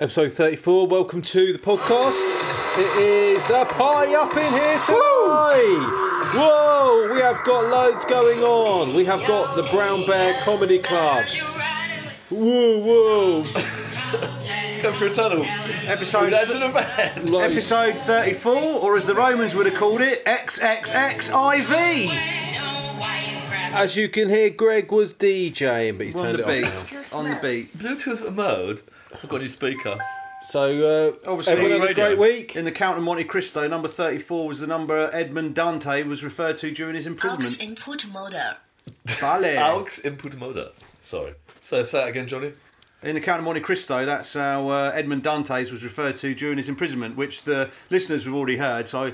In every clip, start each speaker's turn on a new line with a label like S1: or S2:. S1: Episode 34, welcome to the podcast. It is a party up in here tonight. Whoa, we have got loads going on. We have got the Brown Bear Comedy Club. Whoa, whoa.
S2: Go for a tunnel.
S3: Episode
S2: That's in a van.
S1: Like,
S3: episode 34, or as the Romans would have called it, XXXIV.
S1: As you can hear, Greg was DJing, but he's
S3: On
S1: turned
S3: the
S1: it
S3: beat.
S1: off now.
S3: On the beat.
S2: Bluetooth mode. I've got a new speaker.
S1: So, uh,
S3: Obviously,
S1: everyone had a
S2: radio.
S1: great week.
S3: In the Count of Monte Cristo, number 34 was the number Edmond Dante was referred to during his
S4: Aux
S3: imprisonment.
S4: input motor.
S3: Vale.
S2: Aux input mode. Sorry. So say that again, Johnny.
S3: In the Count of Monte Cristo, that's how uh, Edmond Dantes was referred to during his imprisonment, which the listeners have already heard, so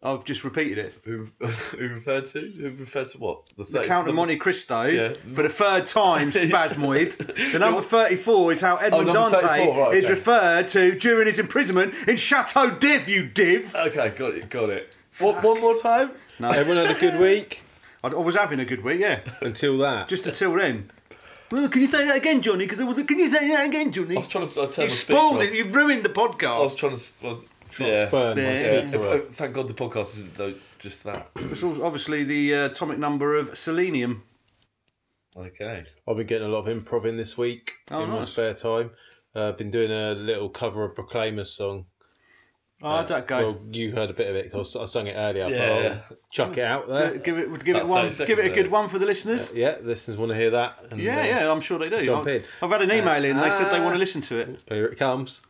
S3: I've just repeated it.
S2: Who, who referred to? Who referred to what?
S3: The
S2: 30
S3: Count of Monte Cristo,
S2: Yeah.
S3: for the third time, spasmoid. The number 34 is how Edmond
S2: Oh, number
S3: Dante
S2: 34, right,
S3: is
S2: okay.
S3: referred to during his imprisonment in Chateau d'If, you div.
S2: Okay, got it, got it. What, one more time?
S1: Everyone had a good week
S3: I, I was having a good week, yeah,
S1: until that.
S3: just until then. Well, can you say that again, Johnny? Because can you say that again, Johnny?
S2: I was trying to I turned my
S3: You
S2: speaker off.
S3: spoiled it. You ruined the
S2: I was
S3: podcast.
S2: trying to. s- I was,
S1: yeah.
S2: yeah.
S1: Spurn.
S3: Yeah.
S2: Yeah,
S1: Yeah.
S2: if- oh, thank God the podcast isn't though, just that.
S3: It's al- obviously the uh, atomic number of selenium.
S2: Okay.
S1: I've been getting a lot of improv in this week
S3: Oh,
S1: in my
S3: nice.
S1: spare time. Uh, I've been doing a little cover of Proclaimer's song.
S3: Oh, I don't go.
S1: Well, you heard a bit of it 'cause I sung it earlier, but
S2: Yeah,
S1: I'll
S2: yeah.
S1: chuck it out
S3: Do-
S1: there.
S3: Uh, give it, give it
S2: About
S3: one.
S2: 30
S3: Give it a
S2: seconds
S3: good
S2: there.
S3: one for the listeners.
S1: Yeah, listeners want to hear that. And,
S3: Yeah,
S1: uh,
S3: yeah, I'm sure they do.
S1: jump
S3: I-
S1: in.
S3: I've had an email in. They said they
S2: Uh,
S1: Ah.
S3: want to listen to it.
S1: Here it comes.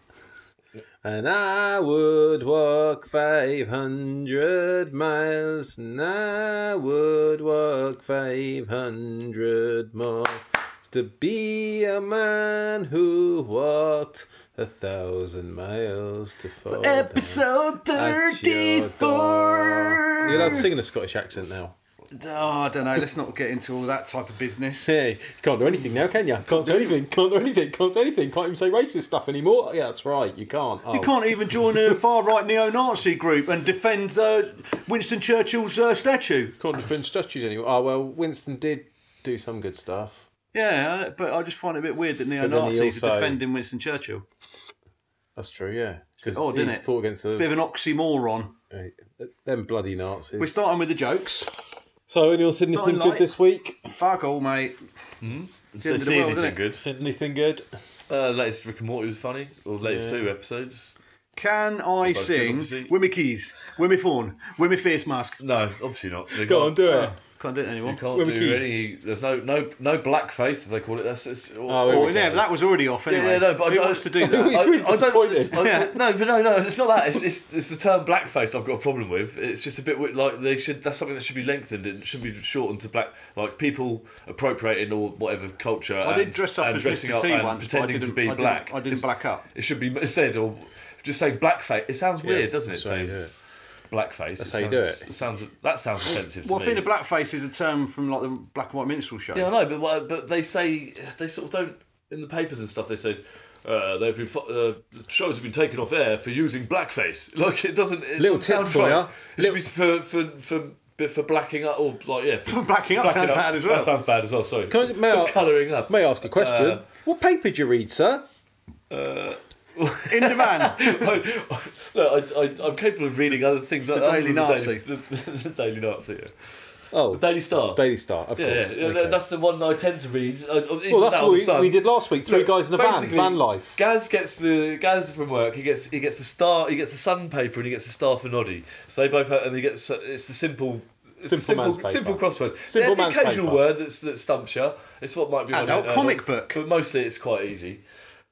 S1: And I would walk 500 miles, and I would walk 500 miles to be a man who walked a thousand miles to fall.
S3: Episode
S1: down at your door. You're allowed to sing in a Scottish accent now.
S3: Oh, I don't know. Let's not get into all that type of business.
S1: Hey, you can't do anything now, can you? Can't do anything, can't do anything, can't do anything, can't even say racist stuff anymore. Yeah, that's right, you can't. Oh.
S3: You can't even join a far-right neo-Nazi group and defend uh, Winston Churchill's uh, statue.
S1: Can't defend statues anymore. Oh well, Winston did do some good stuff.
S3: Yeah, I- but I just find it a bit weird that
S1: he
S3: neo-Nazis
S1: also-
S3: are defending Winston Churchill.
S1: That's true, yeah. Because
S3: odd,
S1: he
S3: isn't it?
S1: fought against
S3: Bit of
S1: the,
S3: an oxymoron.
S1: uh, them bloody Nazis.
S3: We're starting with the jokes.
S1: so, anyone said anything
S3: Starting
S1: good
S3: light.
S1: this week?
S3: Fuck all, mate.
S2: So
S3: end of the
S2: see
S3: world,
S2: anything
S3: isn't it?
S2: good?
S1: Said anything good?
S2: Uh, latest Rick and Morty was funny, or latest two episodes.
S3: Can I
S2: both
S3: sing
S2: good, obviously.
S3: with my keys, with my phone, with my face mask?
S2: No, obviously not. They
S1: Go on,
S2: can't-
S1: do it.
S3: Can't do it anymore.
S2: You can't
S1: Wim
S2: do
S1: Key.
S2: any. There's no no no blackface as they call it. That's it's,
S1: Oh,
S3: Oh,
S1: we go.
S3: yeah, but that was already off anyway.
S2: yeah, no, but I
S3: Who
S2: don't-
S3: wants to do Oh, that?
S1: It's really disappointing.
S2: I-
S3: Yeah.
S2: No, but no, no, it's not that. It's, it's it's the term blackface I've got a problem with. It's just a bit wi- like they should. That's something that should be lengthened and should be shortened to black. Like people appropriating or whatever culture.
S3: I did
S2: and-
S3: dress up
S2: and
S3: as
S2: dressing
S3: Mr. T
S2: and
S3: once, but I
S2: pretending
S3: didn't,
S2: to be
S3: I didn't-
S2: black.
S3: I didn't
S2: It's-
S3: black up.
S2: It should be said or just say blackface. It sounds weird, doesn't it?
S1: That's how you
S2: Saying
S1: do it.
S2: blackface. That's
S1: how you do it.
S2: Sounds that sounds offensive.
S3: Well,
S2: to
S3: I
S2: me.
S3: think the blackface is a term from like the black and white minstrel show.
S2: Yeah, I know, but why- but they say they sort of don't in the papers and stuff. They say uh, they've been fo- uh, the shows have been taken off air for using blackface. Like it doesn't. It
S1: Little
S2: doesn't
S1: tip
S2: sound
S1: for
S2: right.
S1: ya.
S2: It should be for for for bit for blacking up or like yeah. For
S3: Blacking up sounds bad as well.
S2: That sounds bad as well. Sorry.
S1: Can I- may
S2: For
S1: I-
S2: colouring up.
S1: May I ask a question?
S2: Uh,
S1: what paper did you read, sir?
S3: In the van.
S2: I, Look, I, I, I'm capable of reading other things. The
S3: Daily Nazi.
S2: The, the Daily Nazi. Yeah.
S1: Oh,
S2: Daily Star.
S1: Daily Star, of
S2: yeah, yeah,
S1: course.
S2: yeah,
S1: okay.
S2: that's the one I tend to read. I,
S1: well, that's what we, we did last week. Three
S2: Look,
S1: guys in a van.
S2: basically,
S1: Van life.
S2: Gaz gets the Gaz from work. He gets he gets the star. He gets the Sun paper and he gets the star for Noddy. So they both have, and he gets uh, it's the simple. It's the
S1: Simple
S2: simple,
S1: man's paper.
S2: simple crossword.
S1: Simple
S2: the
S1: man's
S2: occasional
S1: paper.
S2: word that's, that stumps you. It's what might be on
S3: Adult
S2: it, uh,
S3: comic book.
S2: but mostly it's quite easy.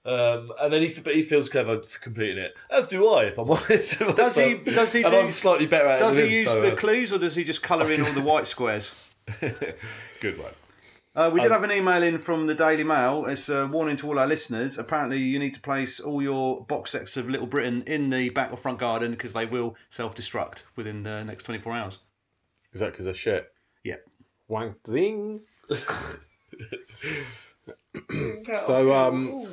S2: Um, and then he, f- but he feels clever for completing it, as do I, if I'm honest.
S3: Does he- does he
S2: And
S3: do-
S2: I'm slightly better at it.
S3: Does
S2: than
S3: he
S2: him,
S3: use
S2: so,
S3: the
S2: uh,
S3: clues or does he just colour in all the white squares?
S2: good one?
S3: Uh, we did have an email in from the Daily Mail. It's a warning to all our listeners. Apparently, you need to place all your box sets of Little Britain in the back or front garden because they will self destruct within the next 24 hours.
S1: Is that because of shit?
S3: Yeah.
S1: Wang zing.
S4: Oh,
S1: so, um,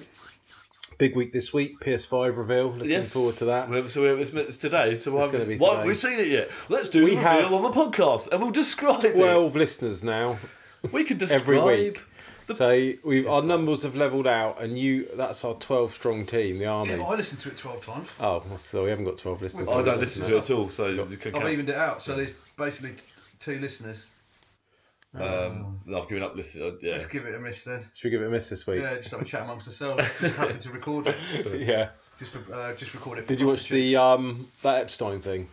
S1: big week this week. PS5 reveal. Looking
S2: Yes.
S1: forward to that.
S2: We're, so we're, it's, it's today. So why,
S1: gonna be
S2: why
S1: today.
S2: we've seen it yet? Let's do
S1: We
S2: a reveal
S1: have-
S2: on the podcast, and we'll describe it.
S1: Twelve listeners now.
S2: We could describe
S1: every week. So we our numbers have levelled out, and you—that's our twelve-strong team, the army.
S4: Yeah, but I listened to it 12 times.
S1: Oh, well, so we haven't got twelve listeners.
S2: I don't listen to it at all, so you can
S4: I've
S2: count.
S4: evened it out, so there's basically t- two listeners.
S2: Um, I've given up listening. uh, Yeah.
S4: Let's give it a miss then.
S1: Should we give it a miss this week?
S4: Yeah, just have a chat amongst ourselves. Just happen to record it.
S1: Yeah.
S4: Just, for, uh, just record it. For
S1: Did you watch the uh, um that Epstein thing?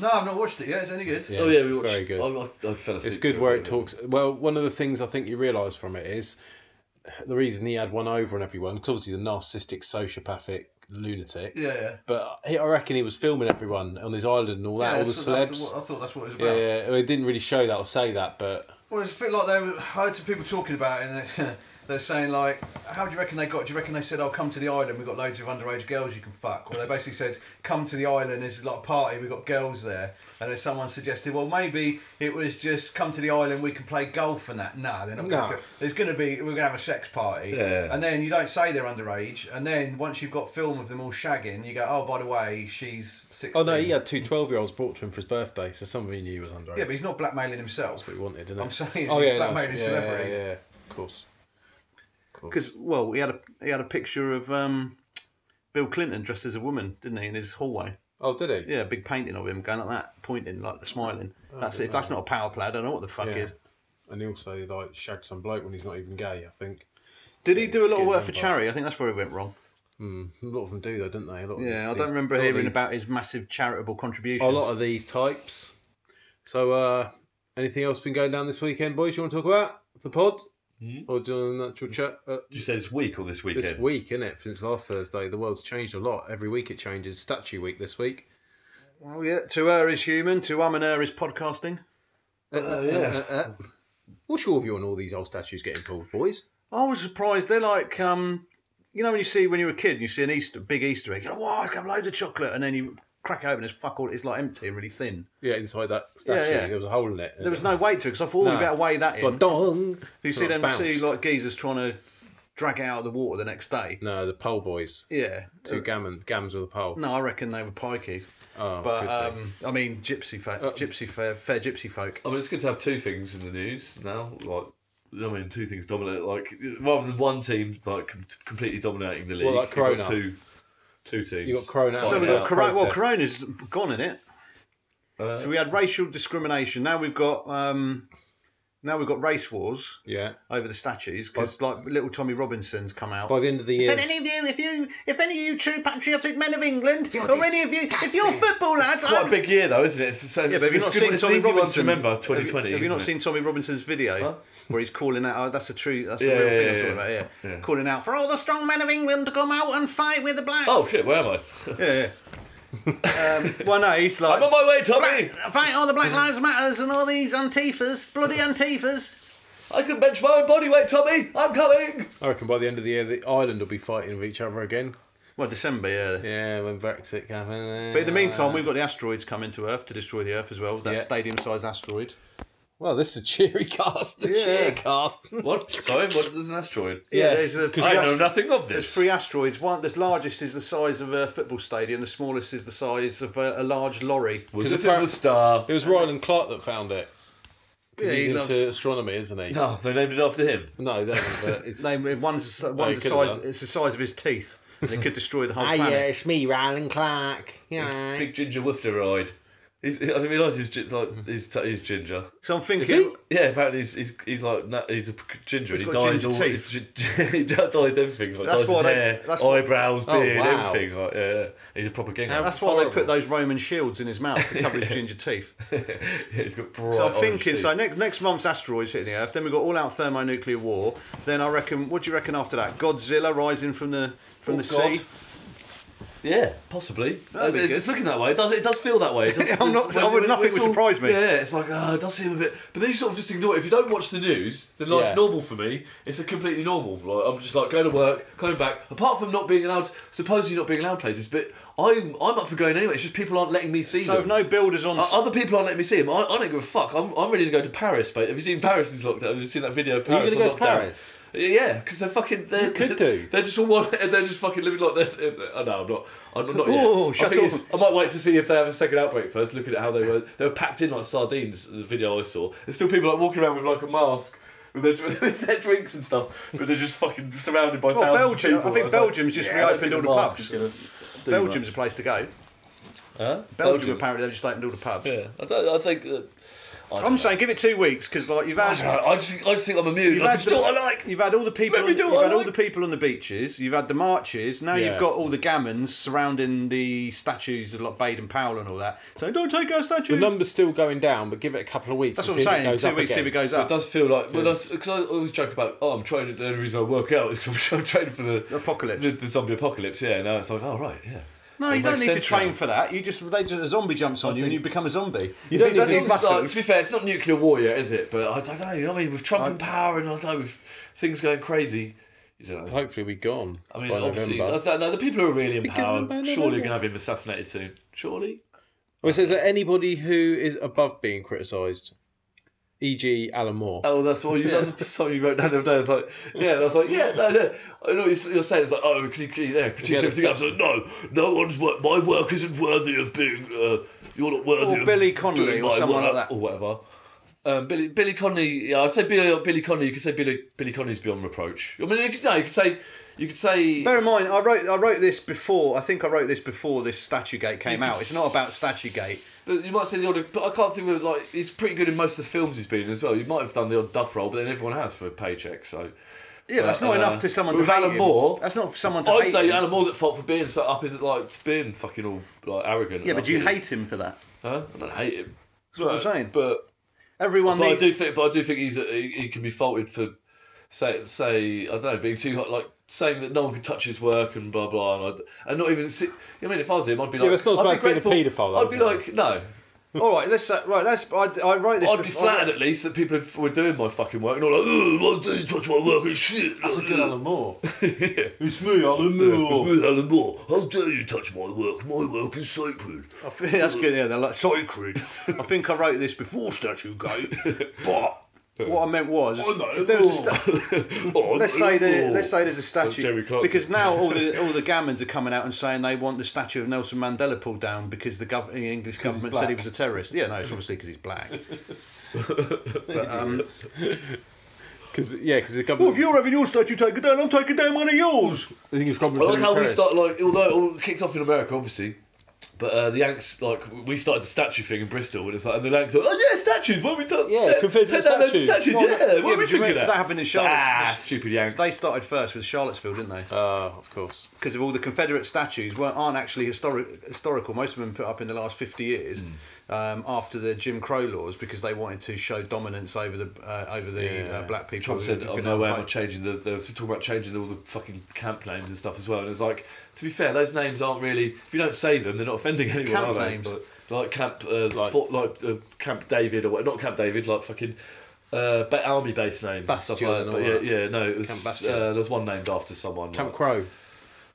S4: No, I've not watched it yet. It's any good.
S2: Oh yeah, we
S1: it's
S2: watched.
S1: very good.
S2: I, I, I fell asleep.
S1: It's good
S2: during
S1: where it
S2: of
S1: talks. Well, one of the things I think you realise from it is the reason he had one over on everyone. 'cause obviously, he's a narcissistic, sociopathic lunatic.
S4: Yeah, yeah.
S1: But he, I reckon he was filming everyone on his island and all that,
S4: yeah
S1: all the
S4: that's what- that's
S1: celebs.
S4: what- I thought that's what it was
S1: yeah,
S4: about.
S1: yeah. Well, It didn't really show that or say that, but
S4: Well, it's a bit like they were, I heard some people talking about it, and they're, they're saying like, "How do you reckon they got? Do you reckon they said, oh, come to the island? We've got loads of underage girls you can fuck." Well, they basically said, "Come to the island. This is like a party. We've got girls there." And then someone suggested, "Well, maybe it was just come to the island. We can play golf and that." No, they're not
S1: No.
S4: going to. There's going to be we're going to have a sex party,
S2: Yeah.
S4: and then you don't say they're underage, and then once you've got film of them all shagging, you go, "Oh, by the way, she's 16.
S1: oh no, he had two 12 year olds brought to him for his birthday, so somebody knew he was underage.
S4: Yeah, but he's not blackmailing himself.
S1: That's what he wanted, didn't
S4: I'm
S1: it?
S4: saying
S1: oh
S4: he's
S1: yeah, no,
S4: blackmailing
S1: yeah,
S4: celebrities.
S1: Yeah, yeah, of course. Of course.
S3: Because well, he had a he had a picture of um, Bill Clinton dressed as a woman, didn't he, in his hallway?
S1: Oh, did he?
S3: Yeah, a big painting of him going like that, pointing like smiling. that's if that's not a power play, I don't know what the fuck
S1: Yeah.
S3: is.
S1: And he also like shagged some bloke when he's not even gay. I think.
S3: Did he do a lot
S1: Excuse
S3: of work
S1: me,
S3: for
S1: but-
S3: charity? I think that's where he went wrong.
S1: Hmm. A lot of them do though, don't they? A lot of these-
S3: Yeah, I
S1: these-
S3: don't remember
S1: lot of
S3: hearing
S1: these-
S3: about his massive charitable
S1: a
S3: contributions.
S1: lot of these types. So, uh, anything else been going down this weekend, boys? You want to talk about the pod, or do you want an actual chat? Uh,
S2: Did you say this week or this weekend?
S1: this week, isn't it? Since last Thursday, the world's changed a lot. Every week it changes. Statue Week this week.
S3: Oh yeah, to her is human, to um and her is podcasting.
S1: Uh,
S2: Oh,
S1: uh,
S2: yeah.
S1: uh, uh. What's your view on all these old statues getting pulled, boys?
S3: I was surprised. They're like, um, you know, when you see when you're a kid, and you see an Easter, big Easter egg. You're like, wow, it's got loads of chocolate, and then you crack it open. It's fuck all. It's like empty and really thin.
S1: Yeah, inside that statue,
S3: yeah.
S1: there was a hole in it.
S3: There was no weight to it because I thought, oh,
S1: No.
S3: we better weigh that
S1: It's like
S3: in.
S1: dong.
S3: You
S1: It's
S3: see
S1: like
S3: them two
S1: bounced.
S3: like geezers trying to drag it out of the water the next day.
S1: No, the pole boys.
S3: Yeah.
S1: Two gammon, gams with a pole.
S3: Uh, No, I reckon they were pikeys.
S1: Oh,
S3: But
S1: could be. Uh,
S3: um, I mean, gypsy fa- gypsy fair, fair gypsy folk.
S2: I mean, it's good to have two things in the news now. Like, I mean, two things dominate. Like, rather than one team like com- completely dominating the league,
S1: Well, like
S2: you've got
S1: Corona.
S2: two, two teams.
S1: You got Corona
S2: fighting
S1: out
S3: So we
S1: there.
S2: it
S3: got
S1: Oh, Yeah.
S2: out.
S3: corona. Well,
S1: Protests.
S3: corona's gone in it.
S2: Uh,
S3: So we had racial discrimination. Now we've got um, now we've got race wars
S1: yeah.
S3: over the statues because like little Tommy Robinson's come out.
S1: By the end of the year,
S3: any of you, if you, if any of you true patriotic men of England, or any of you, if you're football lads,
S2: Quite a big year though, isn't it? It's, so,
S3: Yeah, but have you
S2: it's
S3: Um, not
S2: good-
S3: seen
S2: it's an
S3: Tommy
S2: easy one to
S3: Robinson?
S2: remember
S3: Have you-
S2: 2020.
S3: Have, you not
S2: isn't
S3: seen Tommy Robinson's video where he's calling out? Oh, that's the true. That's
S2: Yeah,
S3: the real
S2: yeah,
S3: thing I'm
S2: yeah,
S3: talking about.
S2: yeah.
S3: Yeah.
S2: Yeah.
S3: calling out for all the strong men of England to come out and fight with the blacks.
S2: it? Oh shit, where am I?
S3: yeah. yeah. um, well, no, he's like
S2: I'm on my way, Tommy.
S3: fight all the Black Lives Matters and all these antifas, bloody antifas.
S2: I can bench my own body weight, Tommy. I'm coming.
S1: I reckon by the end of the year, the island will be fighting with each other again.
S3: Well, December, yeah.
S1: Yeah, when Brexit happened.
S3: But in the meantime, we've got the asteroids coming to Earth to destroy the Earth as well. That
S1: Yeah.
S3: stadium-sized asteroid.
S1: well, this is a cheery cast. The
S3: Yeah.
S1: cheer cast.
S2: What? Sorry, what? There's an asteroid.
S1: Yeah,
S3: there's a
S2: I
S3: three
S2: know
S3: ast-
S2: nothing of
S3: There's
S2: this.
S3: three asteroids. One, this largest is the size of a football stadium. The smallest is the size of a, a large lorry.
S1: 'Cause
S2: Was it in the
S1: apparent-
S2: star?
S1: It was Ryland Clark that found it. 'Cause
S3: Yeah,
S1: he's
S3: he
S1: into
S3: loves-
S1: astronomy, isn't he?
S2: No, Oh, they named it after him.
S1: No, they haven't, but it's.
S3: Name one's
S2: Oh,
S1: you
S3: the si- one's the
S1: could have
S3: size.
S1: done.
S3: It's the size of his teeth, and it could destroy the
S1: Ah,
S3: whole planet.
S1: it's me, Ryland Clark. You know.
S2: Big ginger whifter ride. He's, I didn't realise he's gi- like he's, t- he's ginger.
S3: So I'm thinking,
S1: he?
S2: Yeah, apparently he's he's, he's like na- he's a p- ginger. and
S3: He's
S2: he
S3: got
S2: dies
S3: ginger
S2: all.
S3: teeth.
S2: He, gi- he dyes everything. Like,
S3: That's
S2: dyes
S3: why
S2: his
S3: they-
S2: hair,
S3: that's why-
S2: eyebrows,
S1: Oh,
S2: beard,
S1: wow.
S2: everything. Like, yeah, yeah. he's a proper ginger.
S3: that's why they put those Roman shields in his mouth to cover his ginger teeth.
S2: yeah, he's got bright.
S3: So I'm
S2: orange
S3: thinking,
S2: teeth.
S3: so next next month's asteroids hitting the Earth. Then we've got all out thermonuclear war. Then I reckon, what do you reckon after that? Godzilla rising from the from
S2: Oh,
S3: the
S2: God.
S3: sea.
S2: Yeah, possibly.
S3: That'd be
S2: It's,
S3: good.
S2: it's looking that way. It does, it does feel that way. It does,
S3: I'm not-
S2: it's-
S3: I would- nothing
S2: it's
S3: would
S2: all-
S3: surprise me.
S2: Yeah, it's like, uh, it does seem a bit. But then you sort of just ignore it. If you don't watch the news, then life's
S1: Yeah.
S2: normal for me. It's a completely normal. Like, I'm just like going to work, coming back. Apart from not being allowed, supposedly not being allowed places, but I'm I'm up for going anyway. It's just people aren't letting me see
S3: So if
S2: them.
S3: no builders on.
S2: O- Uh, Other people aren't letting me see him. I, I don't give a fuck. I'm, I'm ready to go to Paris, mate. Have you seen Paris is locked down? Have you seen that video of
S1: Are
S2: Paris?
S1: you going
S2: on
S1: to go to
S2: lockdown?
S1: Paris?
S2: Yeah, because they're fucking. They're,
S1: You could
S2: they're,
S1: do.
S2: They're just all one. They're just fucking living like they're. Oh, no, I'm not. I'm not yet.
S3: Oh,
S2: I
S3: shut
S2: think
S3: up.
S2: it's- I might wait to see if they have a second outbreak first. Looking at how they were, they were packed in like sardines. The video I saw. There's still people like walking around with like a mask. with their, with their drinks and stuff, but they're just fucking surrounded by
S3: Well,
S2: thousands
S3: Belgium.
S2: of people.
S3: I think
S2: was like,
S3: Belgium's just
S2: I don't
S3: reopened all
S2: think
S3: the
S2: mask is
S3: pubs.
S2: gonna do
S3: Belgium's
S2: much.
S3: a place to go.
S2: Huh?
S3: Belgium, apparently they've just opened all the pubs.
S2: Yeah, I, don't, I think that. I don't
S3: I'm
S2: know.
S3: saying give it two weeks because like you've
S2: I,
S3: had
S2: don't know, I just, I just think I'm immune.
S3: You've
S2: I
S3: had
S2: just
S3: the-
S2: do what I like.
S3: You've had all the people.
S2: Let
S3: On,
S2: me
S3: you've
S2: do
S3: had
S2: what I
S3: all
S2: like.
S3: the people on the beaches. You've had the marches. Now
S1: Yeah.
S3: you've got all the gammons surrounding the statues of like Baden Powell and all that. So don't take our
S1: The
S3: statues.
S1: number's still going down, but give it a couple of weeks.
S3: That's
S1: and see
S3: what I'm
S1: if it
S3: saying.
S1: goes
S3: Two
S1: up
S3: weeks, see
S1: again.
S3: if it goes
S2: It
S3: up.
S2: does feel like because I, always joke about oh I'm training. The only reason I work out is because I'm training for the
S3: Apocalypse.
S2: the, the zombie apocalypse. Yeah, now it's like oh right, yeah.
S3: no,
S2: It
S3: you don't
S2: makes
S3: need to
S2: sense
S3: train
S2: now.
S3: for that. You just they just a zombie jumps on you and you become a zombie. You
S1: don't need
S2: That's
S1: Big
S2: not- like, to be fair, it's not nuclear war yet, is it? But I, I don't know. You know what I mean? With Trump in power and I don't know with things going crazy. You don't know.
S1: Hopefully, we're gone.
S2: I mean,
S1: by
S2: obviously,
S1: November.
S2: I don't know. The people who are really in
S1: Beginning
S2: power
S1: by
S2: surely are going
S1: November.
S2: to have him assassinated soon. Surely.
S1: Well, it says that anybody who is above being criticised, e.g., Alan Moore.
S5: Uh,
S2: Oh, that's what you. That's something you wrote down the other day. It's like, yeah, and I was like, yeah, no, no. I know what you're you're saying. It's like, oh, because you, yeah, critique
S1: Yeah,
S2: everything else. Like, no, no one's work. My work isn't worthy of being. Uh, you're not worthy.
S3: Or
S2: of
S3: Billy Connolly
S2: doing
S3: or
S2: my
S3: someone
S2: work,"
S3: like that.
S2: or whatever. Um, Billy Billy Connolly. Yeah, I'd say Billy Billy Connolly. You could say Billy Billy Connolly's beyond reproach. I mean, you could, no, you could say you could say.
S3: Bear in mind, I wrote I wrote this before. I think I wrote this before this Statue Gate came out. It's not about Statue Gate.
S2: You might say the odd, but I can't think of like he's pretty good in most of the films he's been in as well. You might have done the odd duff role, but then everyone has for a paycheck, so.
S3: Yeah, that's
S2: Uh,
S3: not
S2: uh,
S3: enough to someone to
S2: with
S3: hate
S2: Alan
S3: him.
S2: Moore-
S3: That's not for someone to
S2: I'd
S3: hate
S2: say
S3: him.
S2: Alan Moore's at fault for being set up. Is it like being fucking all like arrogant?
S3: Yeah,
S2: and
S3: but do you
S2: upbeat.
S3: hate him for that?
S2: Huh? I don't hate him. That's
S3: what I'm saying.
S2: But,
S3: Everyone
S2: but I
S3: needs.
S2: do think, but I do think he's he, he can be faulted for say say I don't know being too hot, like saying that no one could touch his work and blah blah and, I, and not even. See, I mean, if I was him, I'd be like,
S1: but it's not as
S2: I'd
S1: bad
S2: be
S1: as being a
S2: grateful.
S1: paedophile, though,
S2: I'd be
S1: isn't
S2: like, no.
S3: All right, let's say, right. That's I, I wrote this.
S2: I'd be
S3: before-
S2: flattered at least that people were doing my fucking work, not like, oh, why did you touch my work and shit. That's
S1: Moore.
S2: yeah.
S1: It's me, Alan
S2: It's me, Alan Moore. How dare you touch my work? My work is sacred.
S3: I think that's good. Yeah, they're like sacred. I think I wrote this before Statue Gate, but oh, what I meant was, if there was a sta- let's say the, let's say there's a
S2: Jerry
S3: statue
S2: Clark
S3: because
S2: did.
S3: now all the all the gammons are coming out and saying they want the statue of Nelson Mandela pulled down because the, gov- the English government said he was a terrorist. Yeah, no, it's obviously because he's black. but, um,
S1: Because yeah, because the
S3: well,
S1: government.
S3: if you're having your statue taken down, I'm taking down one of yours.
S1: I think it's
S2: I
S1: government's
S2: like how we
S1: terrorist.
S2: start like although it all kicked off in America, obviously. But uh, the Yanks, like we started the statue thing in Bristol, and it's like, and the Yanks, are like, oh yeah, statues. What we thought?
S1: Yeah, Confederate statues.
S2: statues.
S3: Well,
S2: yeah, what are we
S3: yeah, but you
S2: thinking?
S3: remember
S2: of?
S3: that happened in Charlotte-
S2: Ah, stupid Yanks.
S3: They started first with Charlottesville, didn't they?
S1: Uh, of course.
S3: because of all the Confederate statues weren't aren't actually historic, historical. Most of them put up in the last fifty years
S2: Hmm.
S3: um, after the Jim Crow laws because they wanted to show dominance over the uh, over the
S1: Yeah.
S3: uh, black people.
S2: Trump
S3: who-
S2: said,
S3: who
S2: "Oh
S3: could
S2: no way, am I
S3: vote."
S2: changing the." They were talking about changing all the fucking camp names and stuff as well. And it's like, to be fair, those names aren't really. If you don't say them, they're not offending anyone.
S3: Camp
S2: are they?
S3: names.
S2: But, like camp, uh, like Fort, like uh, Camp David or what? Not Camp David, like fucking. Uh, ba- army base names and
S3: Bastion
S2: stuff like
S3: and
S2: that.
S3: all
S2: But yeah,
S3: that.
S2: yeah, no, it was.
S3: Camp
S2: Uh,
S3: Bastion.
S2: there was one named after someone.
S1: Camp
S2: like-
S1: Crow.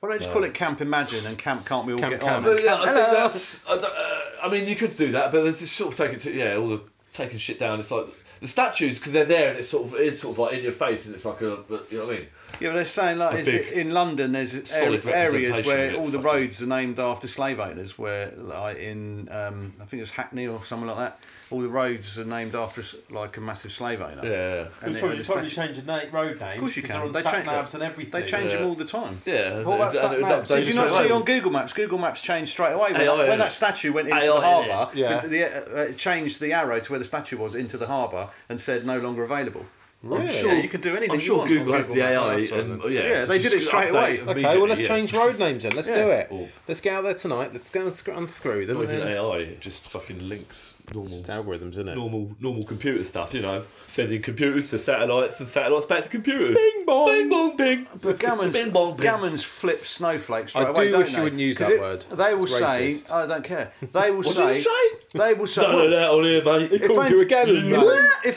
S3: Why don't you just call it Camp Imagine and Camp Can't We All
S1: Camp
S3: Get
S1: Can't.
S3: On?
S2: But yeah, I
S3: Hello.
S2: think that's. I, don't- uh, I mean, you could do that, but it's just sort of taking to yeah, all the taking shit down. It's like the statues because they're there and it's sort of it's sort of like in your face and it's like a you know what I mean.
S3: Yeah, but they're saying like is
S2: big,
S3: it, in London there's
S2: solid
S3: ar- areas
S2: representation of
S3: where
S2: it,
S3: all the
S2: fucking-
S3: roads are named after slave owners. Where like in um, I think it was Hackney or somewhere like that, all the roads are named after s- like a massive slave owner.
S2: Yeah.
S3: And
S5: You probably,
S3: it- the
S5: you probably
S3: statue-
S5: change your na- road name.
S3: Of course you
S5: 'cause They're
S3: can.
S5: on the sat nabs and everything.
S3: They change
S2: Yeah.
S3: them all the time.
S2: Yeah.
S5: What about
S2: and- and it was
S5: sat-navs? Did
S2: updated
S3: Did you
S2: straight
S3: not see
S2: away.
S3: on Google Maps? Google Maps changed straight away when,
S2: AI,
S3: that, when
S2: yeah.
S3: that statue went into
S2: AI,
S3: the
S2: yeah.
S3: harbour.
S1: Yeah.
S3: The, the, uh, uh, it changed the arrow to where the statue was into the harbour and said no longer available.
S1: Really?
S3: Yeah, you can do anything.
S2: I'm
S3: you
S2: sure
S3: want
S2: Google
S3: on
S2: has the AI,
S1: Maps,
S2: and
S1: right,
S2: yeah,
S3: Yeah,
S2: it's
S3: they
S2: just
S3: did it
S2: update
S3: straight away.
S1: Okay, well
S2: immediately,
S1: let's
S2: yeah.
S1: change road names then. Let's do
S3: Yeah.
S1: it.
S2: Or-
S1: Let's get out there tonight. Let's go and sc- unscrew them.
S2: Not
S1: and
S2: even
S1: then-
S2: AI, it just fucking links normal,
S1: It's algorithms, isn't it?
S2: normal, normal computer stuff. You know, sending computers to satellites and satellites back to computers.
S1: Bing bong.
S2: bing bong, bing.
S3: But gammons,
S2: Bing bong, bing.
S3: gammons flip snowflakes straight
S1: I
S3: away.
S1: do
S3: don't
S1: wish you
S3: they?
S1: wouldn't use
S3: 'Cause
S1: that
S3: it-
S1: word.
S3: They will
S1: It's
S3: say,
S1: racist.
S3: I don't care. They will
S2: What did
S3: say,
S2: you say?
S3: they will say,
S2: Don't know that on here, mate.
S1: It called
S3: Ant-
S1: you a gallon. mate.
S3: if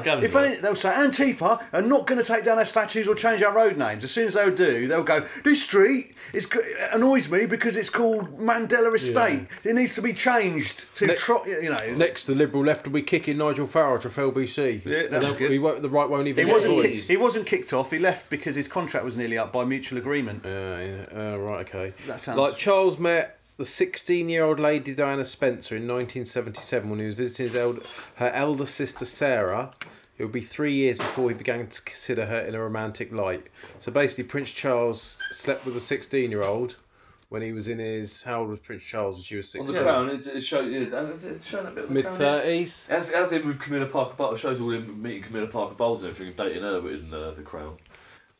S2: Oh, Gavin's
S3: if
S2: right.
S3: An- they'll say Antifa are not going to take down our statues or change our road names. As soon as they'll do, they'll go. This street is c- annoys me because it's called Mandela Estate. It needs to be changed to
S1: Ne-
S3: tro- you know.
S1: Next, the Liberal left will be kicking Nigel Farage off LBC.
S3: Yeah, that
S1: And
S3: was
S1: they'll- he won't, the right won't even
S3: he
S1: get
S3: wasn't.
S1: a
S3: Ki-
S1: voice.
S3: he wasn't kicked off. He left because his contract was nearly up by mutual agreement.
S1: Yeah, yeah, uh, right, okay.
S3: That sounds-
S1: Like Charles met the 16 year old Lady Diana Spencer in 1977 when he was visiting his eld- her elder sister Sarah, It would be three years before he began to consider her in a romantic light. So basically, Prince Charles slept with a 16 year old when he was in his. How old was Prince Charles when she was
S2: On the
S1: 16?
S2: crown, it's, it's, show, it's, it's showing a bit of the
S1: Mid
S2: crown here.
S1: 30s?
S2: As, as in with Camilla Parker Bowles, shows all him meeting Camilla Parker Bowles and everything, dating her in uh, The Crown.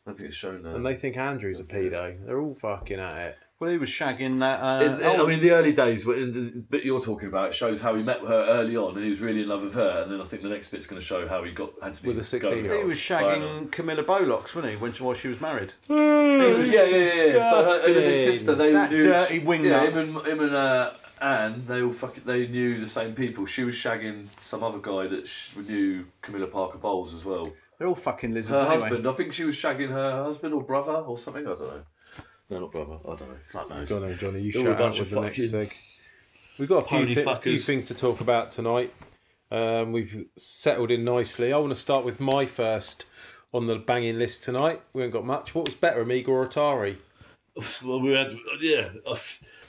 S2: I think it's shown uh, there.
S1: And they think Andrew's a pedo. They're all fucking at it.
S3: Well, he was shagging that. Uh,
S2: In- in- I mean, the early days, but in the bit you're talking about shows how he met her early on, and he was really in love with her. And then I think the next bit's going to show how he got had to be
S1: With a
S2: going
S1: 16-year-old.
S3: he was shagging Camilla Bolocks, wasn't he, when she, while she was married?
S1: Hmm.
S2: Yeah, yeah, yeah. yeah. So her, him and his
S1: Disgusting.
S2: sister, they
S3: That
S2: knew.
S3: dirty wingnut.
S2: Yeah, him and him and uh, Anne, they all fucking they knew the same people. She was shagging some other guy that sh- knew Camilla Parker Bowles as well.
S3: They're all fucking lizards.
S2: Her
S3: anyway.
S2: husband, I think she was shagging her husband or brother or something. I don't know. No, not brother. I don't know. Flat nose.
S1: Go on then, oh, Johnny, you
S2: You're
S1: shout
S2: a bunch
S1: out with
S2: of
S1: the next
S2: fucking
S1: thing. We've got a few,
S2: horny
S1: thi-
S2: fuckers.
S1: few things to talk about tonight. Um, we've settled in nicely. I want to start with my first on the banging list tonight. We haven't got much. What was better, Amiga or Atari?
S2: Well, we had yeah.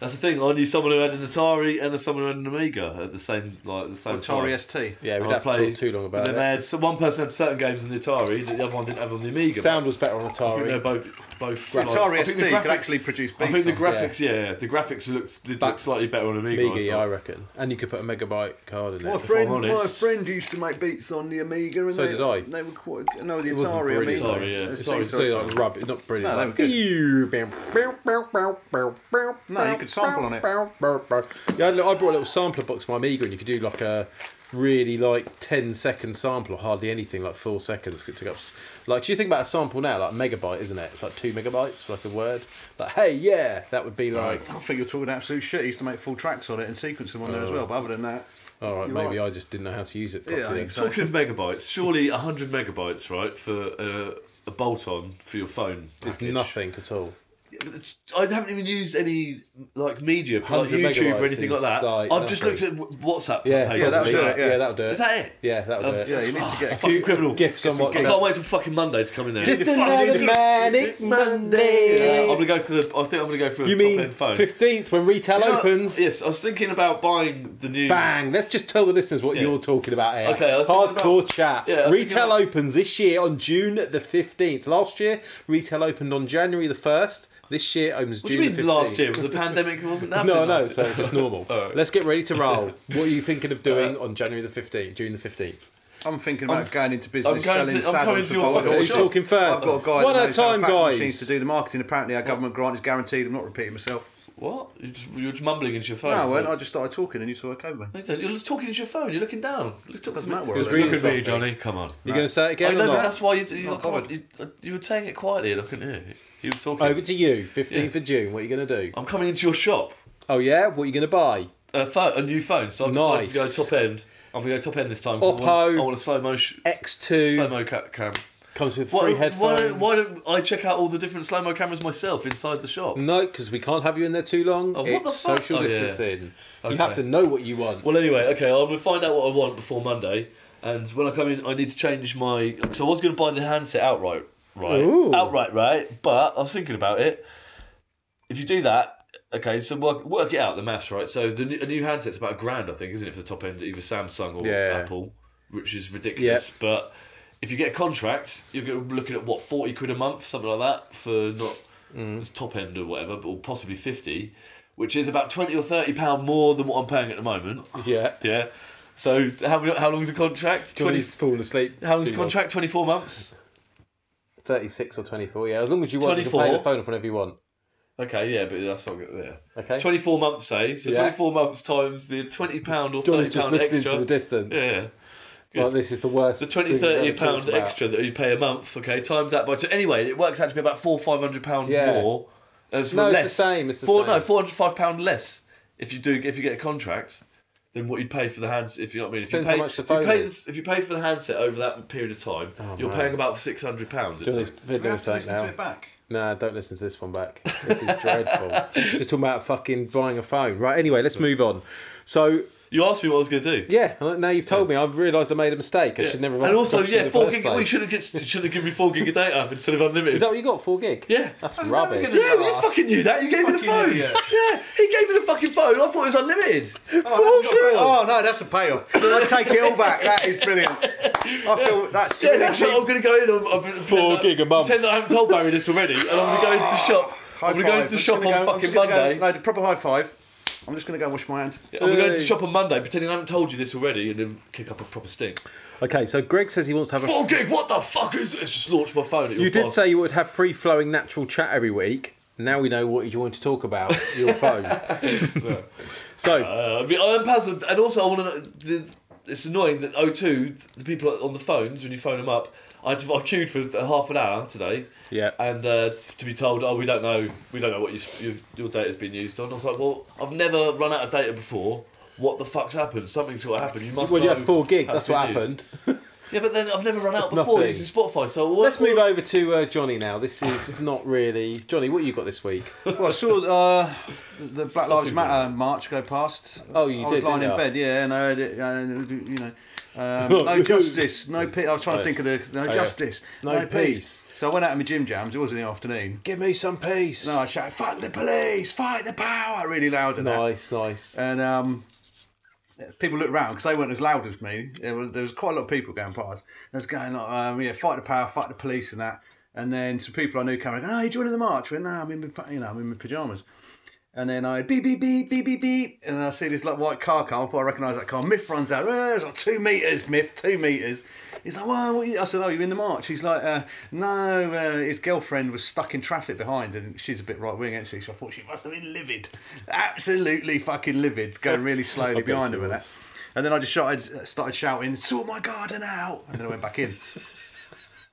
S2: That's the thing. I knew someone who had an Atari and someone who had an Amiga at the same like the same time.
S3: Atari ST.
S1: Yeah, we
S2: I
S1: don't have to
S2: Oh, played-
S1: talk too long about
S2: Then they
S1: it.
S2: had so one person had certain games on the Atari that the other one didn't have on the Amiga.
S1: Sound was better on
S2: I think they're
S1: Atari.
S2: both both. like-
S3: Atari
S2: I think
S3: ST
S2: the
S3: could
S2: graphics-
S3: actually produce
S2: I
S3: beats.
S2: think the
S3: on.
S2: graphics, yeah, yeah, the graphics looked did look
S1: Back-
S2: slightly better on Amiga.
S1: Amiga, yeah,
S2: I
S1: I
S2: thought.
S1: reckon. And you could put a megabyte card in
S3: My
S1: it.
S2: friend-
S3: friend,
S2: I'm
S3: my
S2: honest- my
S3: friend used to make beats on the Amiga, and
S1: So
S3: they,
S1: they- did I.
S3: They were quite no the
S1: It wasn't
S3: Atari.
S1: brilliant,
S2: Atari,
S3: Amiga.
S2: yeah.
S3: It's
S2: Sorry,
S3: just-
S1: So like rub, not brilliant.
S3: No, they were
S1: like,
S3: good.
S1: "Ew, bam, bam, bam, bam, bam, bam,
S3: No, you
S1: bam,
S3: could sample on it.
S1: bam, bam, bam." Yeah, I had a- I brought a little sampler box, my Amiga, and you could do like a really like 10 second sample or hardly anything, like four seconds. 'cause It took up s- like, do you think about a sample now, like megabyte, isn't it? It's like two megabytes for like a word. Like, hey, yeah, that would be like,
S3: I think you're talking absolute shit. He used to make full tracks on it and sequence them on there as
S2: Uh,
S3: well. But other than that,
S1: all right,
S3: You're
S1: maybe
S3: right.
S1: I just didn't know how to use it.
S3: Yeah, I
S1: Properly.
S3: think so.
S2: Talking of megabytes, surely hundred megabytes, right, for uh, a bolt-on for your phone.
S1: It's
S2: package.
S1: nothing at all.
S2: Yeah, but it's- I haven't even used any like media, like
S1: 100
S2: YouTube or
S1: megabytes
S2: anything like
S1: is,
S2: that.
S1: like,
S2: I've just looked
S1: nothing.
S2: at w- WhatsApp.
S1: Yeah,
S2: page.
S3: Yeah, that'll do it, yeah.
S1: yeah, that'll do it.
S2: Is that it?
S1: Yeah, that'll do it.
S3: yeah, you need to get a
S1: few
S2: fucking criminal.
S1: gifts on
S2: I
S1: WhatsApp.
S2: can't wait till fucking Monday to come in there. You fucking idiot.
S1: manic
S2: Uh,
S1: Monday.
S2: I'm gonna go for the. I think I'm gonna go for a
S1: you
S2: top
S1: mean
S2: end phone.
S1: fifteenth when retail
S2: You know,
S1: opens?
S2: Yes, I was thinking about buying the new.
S1: Bang! Let's just tell the listeners what
S2: Yeah.
S1: you're talking about here.
S2: Okay, I was thinking
S1: Hardcore
S2: about-
S1: chat.
S2: Yeah, I was
S1: retail
S2: thinking
S1: opens this year on June the 15th. Last year, retail opened on January the 1st. This year opens
S2: What do
S1: June
S2: you mean
S1: the 15th.
S2: last year? The pandemic wasn't that.
S1: No, I
S2: big
S1: know,
S2: last
S1: so
S2: year.
S1: it's just normal.
S2: All right. Uh,
S1: Let's get ready to roll. What are you thinking of doing on January the 15th, June the 15th?
S3: I'm thinking about going into
S2: I'm
S3: business
S2: going
S3: selling
S2: to- I'm coming
S3: saddles
S2: to
S3: to
S2: your
S3: bolt
S2: fucking
S3: on
S1: Who's
S2: shop.
S3: shops.
S1: talking first?
S3: I've got a guy
S1: One
S3: that
S1: at a
S3: knows how
S1: time,
S3: fact
S1: guys.
S3: machines to do the marketing. Apparently, our government grant is guaranteed. I'm not repeating myself.
S2: What? You just, you were just mumbling into your phone.
S3: No, I
S2: so-
S3: weren't. I just started talking, and you saw it over.
S2: No, you don't. You're just talking into your phone. You're looking down. Look, talk to
S3: Doesn't
S2: me.
S3: matter where I Look
S1: live. at me,
S2: Johnny. Come on.
S1: You're going to say it
S2: I
S1: again?
S2: know,
S1: or
S2: but
S1: not?
S2: that's why you, you,
S3: Not
S2: can't, you, you were saying it quietly and I couldn't hear you. You were talking.
S1: Over to you, 15th of June. What are you going to do?
S2: I'm coming into your shop.
S1: Oh, yeah? What are you going to buy?
S2: A, phone, a new phone, so I've
S1: Nice.
S2: decided to go top end. I'm going to go top end this time. I want
S1: Oppo.
S2: a, I want a slow motion. Slow
S1: X2
S2: mo ca- cam.
S1: comes with
S2: Why,
S1: free
S2: why,
S1: headphones.
S2: don't, why don't I check out all the different slow mo cameras myself inside the shop?
S1: No, because we can't have you in there too long.
S2: Oh, what
S1: it's
S2: the fuck?
S1: social
S2: Oh, yeah.
S1: distancing.
S2: Okay.
S1: You have to know what you want.
S2: Well, anyway, okay, I'm gonna find out what I want before Monday, and when I come in, I need to change my. Because I was gonna buy the handset outright, right?
S1: Ooh.
S2: Outright, right? But I was thinking about it. If you do that, okay, so work work it out the maths, right? So the new, a new handset's about a grand, I think, isn't it, for the top end, either Samsung or
S1: Yeah.
S2: Apple, which is ridiculous, but. If you get a contract, you're gonna be looking at what forty quid a month, something like that, for not
S1: Mm.
S2: it's top end or whatever, but or possibly fifty, which is about twenty or thirty pound more than what I'm paying at the moment.
S1: yeah.
S2: Yeah. So how many, how long is the contract? Twenty.
S1: Johnny's fallen asleep.
S2: How long is
S1: too
S2: the contract? Twenty four months.
S1: Thirty-six or twenty-four. Yeah, as long as you want, you can pay
S2: 24.
S1: the phone off whenever you want.
S2: Okay, yeah, but that's not good. Yeah.
S1: Okay.
S2: Twenty four months, eh? So
S1: Yeah.
S2: twenty four months times the twenty pound or thirty
S1: Johnny's just
S2: pound
S1: looking
S2: extra.
S1: into the distance.
S2: yeah.
S1: Like, this is the worst.
S2: The 20,
S1: thing we've ever
S2: 30
S1: talked
S2: pound
S1: about.
S2: extra that you pay a month, okay, times that by two. Anyway, it works out to be about four, five hundred pound
S1: Yeah.
S2: more.
S1: No,
S2: uh, for
S1: it's the
S2: less.
S1: same, it's the
S2: four, No,
S1: same.
S2: four hundred five pound less if you do if you get a contract than what you'd pay for the hands. If you know what I mean, if
S1: Depends
S2: you
S1: how
S2: pay,
S1: much the
S2: if you
S1: phone
S2: pay
S1: is. Oh,
S2: this- if you pay for the handset over that period of time, you're
S1: man.
S2: paying about six hundred pounds.
S1: Johnny's
S4: We
S1: fiddling
S4: have
S1: with
S4: to
S1: that
S4: listen to
S1: now.
S4: it back.
S1: Nah, don't listen to this one back. This is dreadful. Just talking about fucking buying a phone. Right. Anyway, let's move on. So
S2: You asked me what I was going to do.
S1: yeah, now you've told me, I've realised I made a mistake. I
S2: Yeah.
S1: should never. have
S2: And
S1: asked
S2: also,
S1: the question in
S2: yeah,
S1: the
S2: four
S1: first
S2: gig.
S1: place.
S2: Well, you should have just- you should have given me four gig of data instead of unlimited.
S1: Is that what you got? Four gig.
S2: yeah.
S1: That's
S4: That's
S1: rubbish.
S4: never
S2: Yeah,
S4: gonna
S2: you
S4: last.
S2: fucking knew that. You gave me the
S4: Fucking
S2: phone.
S4: idiot.
S2: Yeah, he gave me the fucking phone. I thought it was unlimited.
S3: Oh, that's not- oh, no, that's a payoff. I take it all back. That is brilliant. I feel that's
S2: Yeah, that's what I'm going to go in. on- I'm, gonna pretend
S1: Four
S2: that-
S1: gig a month.
S2: Pretend that I haven't told Barry this already, and I'm going to go into the shop.
S3: Ah, High
S2: I'm going to go
S3: five.
S2: into the
S3: I'm just
S2: shop on
S3: gonna go- I'm
S2: fucking
S3: just gonna go-
S2: Monday.
S3: no, the proper high five. I'm just going to go and wash my hands.
S2: I'm going to go into
S1: Hey.
S2: the shop on Monday, pretending I haven't told you this already, and then kick up a proper stink.
S1: Okay, so Greg says he wants to have a.
S2: Four gig. What the fuck is this? Just launched my phone. It
S1: You
S2: was
S1: did
S2: fast.
S1: say you would have free flowing natural chat every week. Now we know what you want to talk about. Your phone. so
S2: Uh, I mean, I'm puzzled, and also I want to. know The, it's annoying that O2, the people on the phones when you phone them up, I, had to, I queued for half an hour today.
S1: Yeah.
S2: And uh, to be told, oh, we don't know, we don't know what you, your your data's been used on. I was like, well, I've never run out of data before. What the fuck's happened? Something's got to happen. You must.
S1: well, you
S2: know
S1: had four gig.
S2: how
S1: That's
S2: it's
S1: what
S2: been used.
S1: happened.
S2: Yeah, but then I've never run out before
S1: nothing.
S2: using Spotify. So what,
S1: Let's move over to uh, Johnny now. This is not really Johnny. What you got this week?
S3: Well, I saw uh, the Black Lives
S2: Stopping
S3: Matter march go past.
S1: Oh, you
S3: I
S1: did,
S3: was lying
S1: didn't
S3: in
S1: you?
S3: bed, yeah, and I heard it, and, you know. Um, no justice, no peace. I was trying to think of the no justice,
S1: No peace.
S3: So I went out in my gym jams. It was in the afternoon.
S1: Give me some peace.
S3: No, I shouted, "Fuck the police! Fight the power!" Really loud and that.
S1: nice, nice.
S3: And um, people looked round because they weren't as loud as me. There was, there was quite a lot of people going past. There was going like, um, yeah, fight the power, fight the police, and that. And then some people I knew came and, oh, you joining the march? I went, no, I'm in my, pa- you know, I'm in my pajamas. And then I beep beep beep beep beep beep, and I see this like white car come up. I recognise that car. Miff runs out. "Ah, it's like two meters, Miff, two meters. He's like, well, what are you-" I said, oh, you're in the march. He's like, uh, no, uh, his girlfriend was stuck in traffic behind, and she's a bit right wing, ain't she? So I thought she must have been livid, absolutely fucking livid, going really slowly behind her with that. And then I just shouted, uh, started shouting, sort my garden out, and then I went back in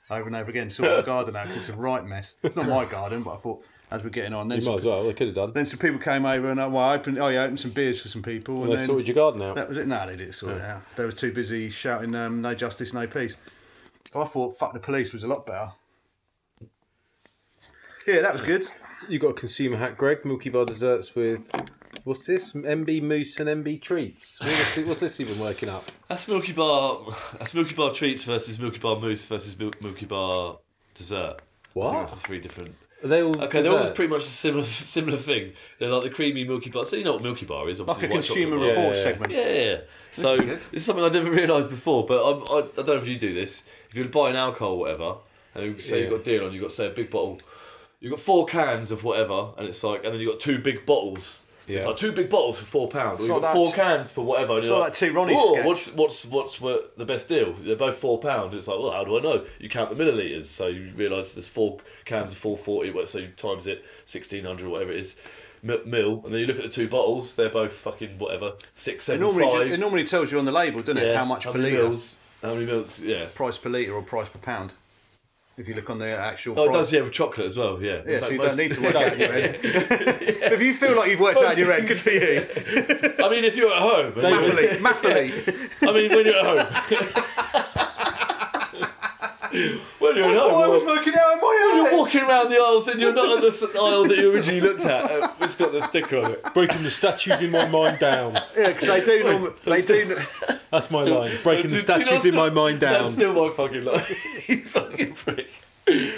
S3: over and over again, sort my garden out. 'cause It's a right mess. It's not my garden, but I thought as we're getting on, then
S1: you might as well. They could have done.
S3: then some people came over and I, well, I opened. Oh yeah, I opened some beers for some people. And
S1: They
S3: then
S1: sorted your garden out.
S3: That was it. No, they didn't sort it out. They were too busy shouting um, "No justice, no peace." I thought "Fuck the police" was a lot better. Yeah, that was good.
S1: You got a consumer hack, Greg. Milky Bar desserts with what's this? MB Moose and MB Treats. What's this, what's this even working up?
S2: That's Milky Bar. That's Milky Bar treats versus Milky Bar mousse versus Mil- Milky Bar dessert. I think
S1: What?
S2: that's the three different.
S1: Are they all
S2: Okay, they're all
S1: desserts?
S2: pretty much a similar similar thing. They're like the creamy Milky Bar. So you know what Milky Bar is,
S3: Like
S2: obviously.
S3: a
S2: white chocolate
S3: consumer
S2: bar.
S1: Yeah,
S3: report
S1: yeah, yeah.
S3: segment.
S2: Yeah, yeah. So
S3: is good.
S2: this is something I never realised before, but I'm, I, I don't know if you do this. If you're buying alcohol, or whatever, and you say you've
S1: Yeah.
S2: got a deal on, you've got say a big bottle, you've got four cans of whatever, and it's like, and then you've got two big bottles. It's
S1: Yeah.
S2: like two big bottles for four pounds, or you've
S3: like
S2: got
S3: that-
S2: four cans for whatever. It's
S3: not like two Ronnie sketch."
S2: What's what's what's what, the best deal? They're both four pound. It's like, well, how do I know? You count the milliliters, so you realise there's four cans of four forty. So you times it sixteen hundred, whatever it is. mi- Mil, and then you look at the two bottles. They're both fucking whatever six,
S3: It
S2: seven,
S3: normally, ju-
S2: five.
S3: it normally tells you on the label, doesn't it, how much per
S2: many
S3: litre,
S2: mils? How many mils? Yeah.
S3: price per litre, or price per pound. If you look on the actual
S2: Oh, it
S3: price.
S2: does. Yeah, with chocolate as well. Yeah.
S3: Yeah,
S2: In
S3: so
S2: fact,
S3: you
S2: most-
S3: don't need to work out in your head. If you feel like you've worked out in your head, good for you.
S2: I mean, if you're at home. and you-
S3: Mathily, mathily.
S2: I mean, when you're at home. when you're at home.
S4: I
S2: well,
S4: was working out in my
S2: You're
S4: house.
S2: walking around the aisles and you're not at the s- aisle that you originally looked at. Uh, It's got the sticker on it.
S1: Breaking the statues in my mind down.
S3: Yeah, because they do. Norm- they do.
S1: That's my line. Breaking the
S2: Do- do you not
S1: statues in my
S2: still-
S1: mind down.
S2: That's still my fucking life. you fucking prick. Wait,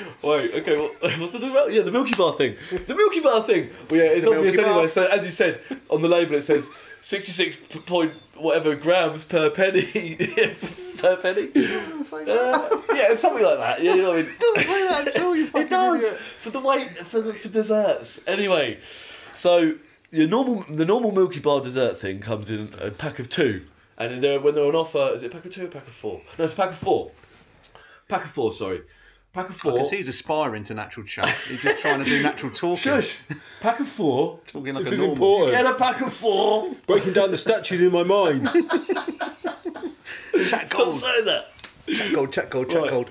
S2: okay, well, what's the thing about? Yeah, the Milky Bar thing. The Milky Bar thing. Well, yeah, it's
S3: The
S2: obvious
S3: Milky Bar.
S2: anyway. So, as you said, on the label it says 66 point whatever grams per penny. per penny? Uh, yeah, something like that. Yeah, you know what I mean? It doesn't say that at all, you fucking It does! For the weight, for, the, for desserts. Anyway, so your normal, the normal Milky Bar dessert thing comes in a pack of two, and then they're, when they're on offer, is it a pack of two or a pack of four? No, it's a pack of four. Pack of four, sorry. Pack of four.
S3: Because he's aspiring to natural chat. He's just trying to do natural talking.
S2: Shush. Pack of four.
S3: Talking like
S1: This
S3: a
S1: is
S3: normal.
S1: important.
S2: Get a pack of four.
S1: Breaking down the statues in my mind.
S3: Chat
S2: Don't
S3: gold,
S2: say that.
S3: chat gold, chat gold, chat
S2: Right.
S3: gold.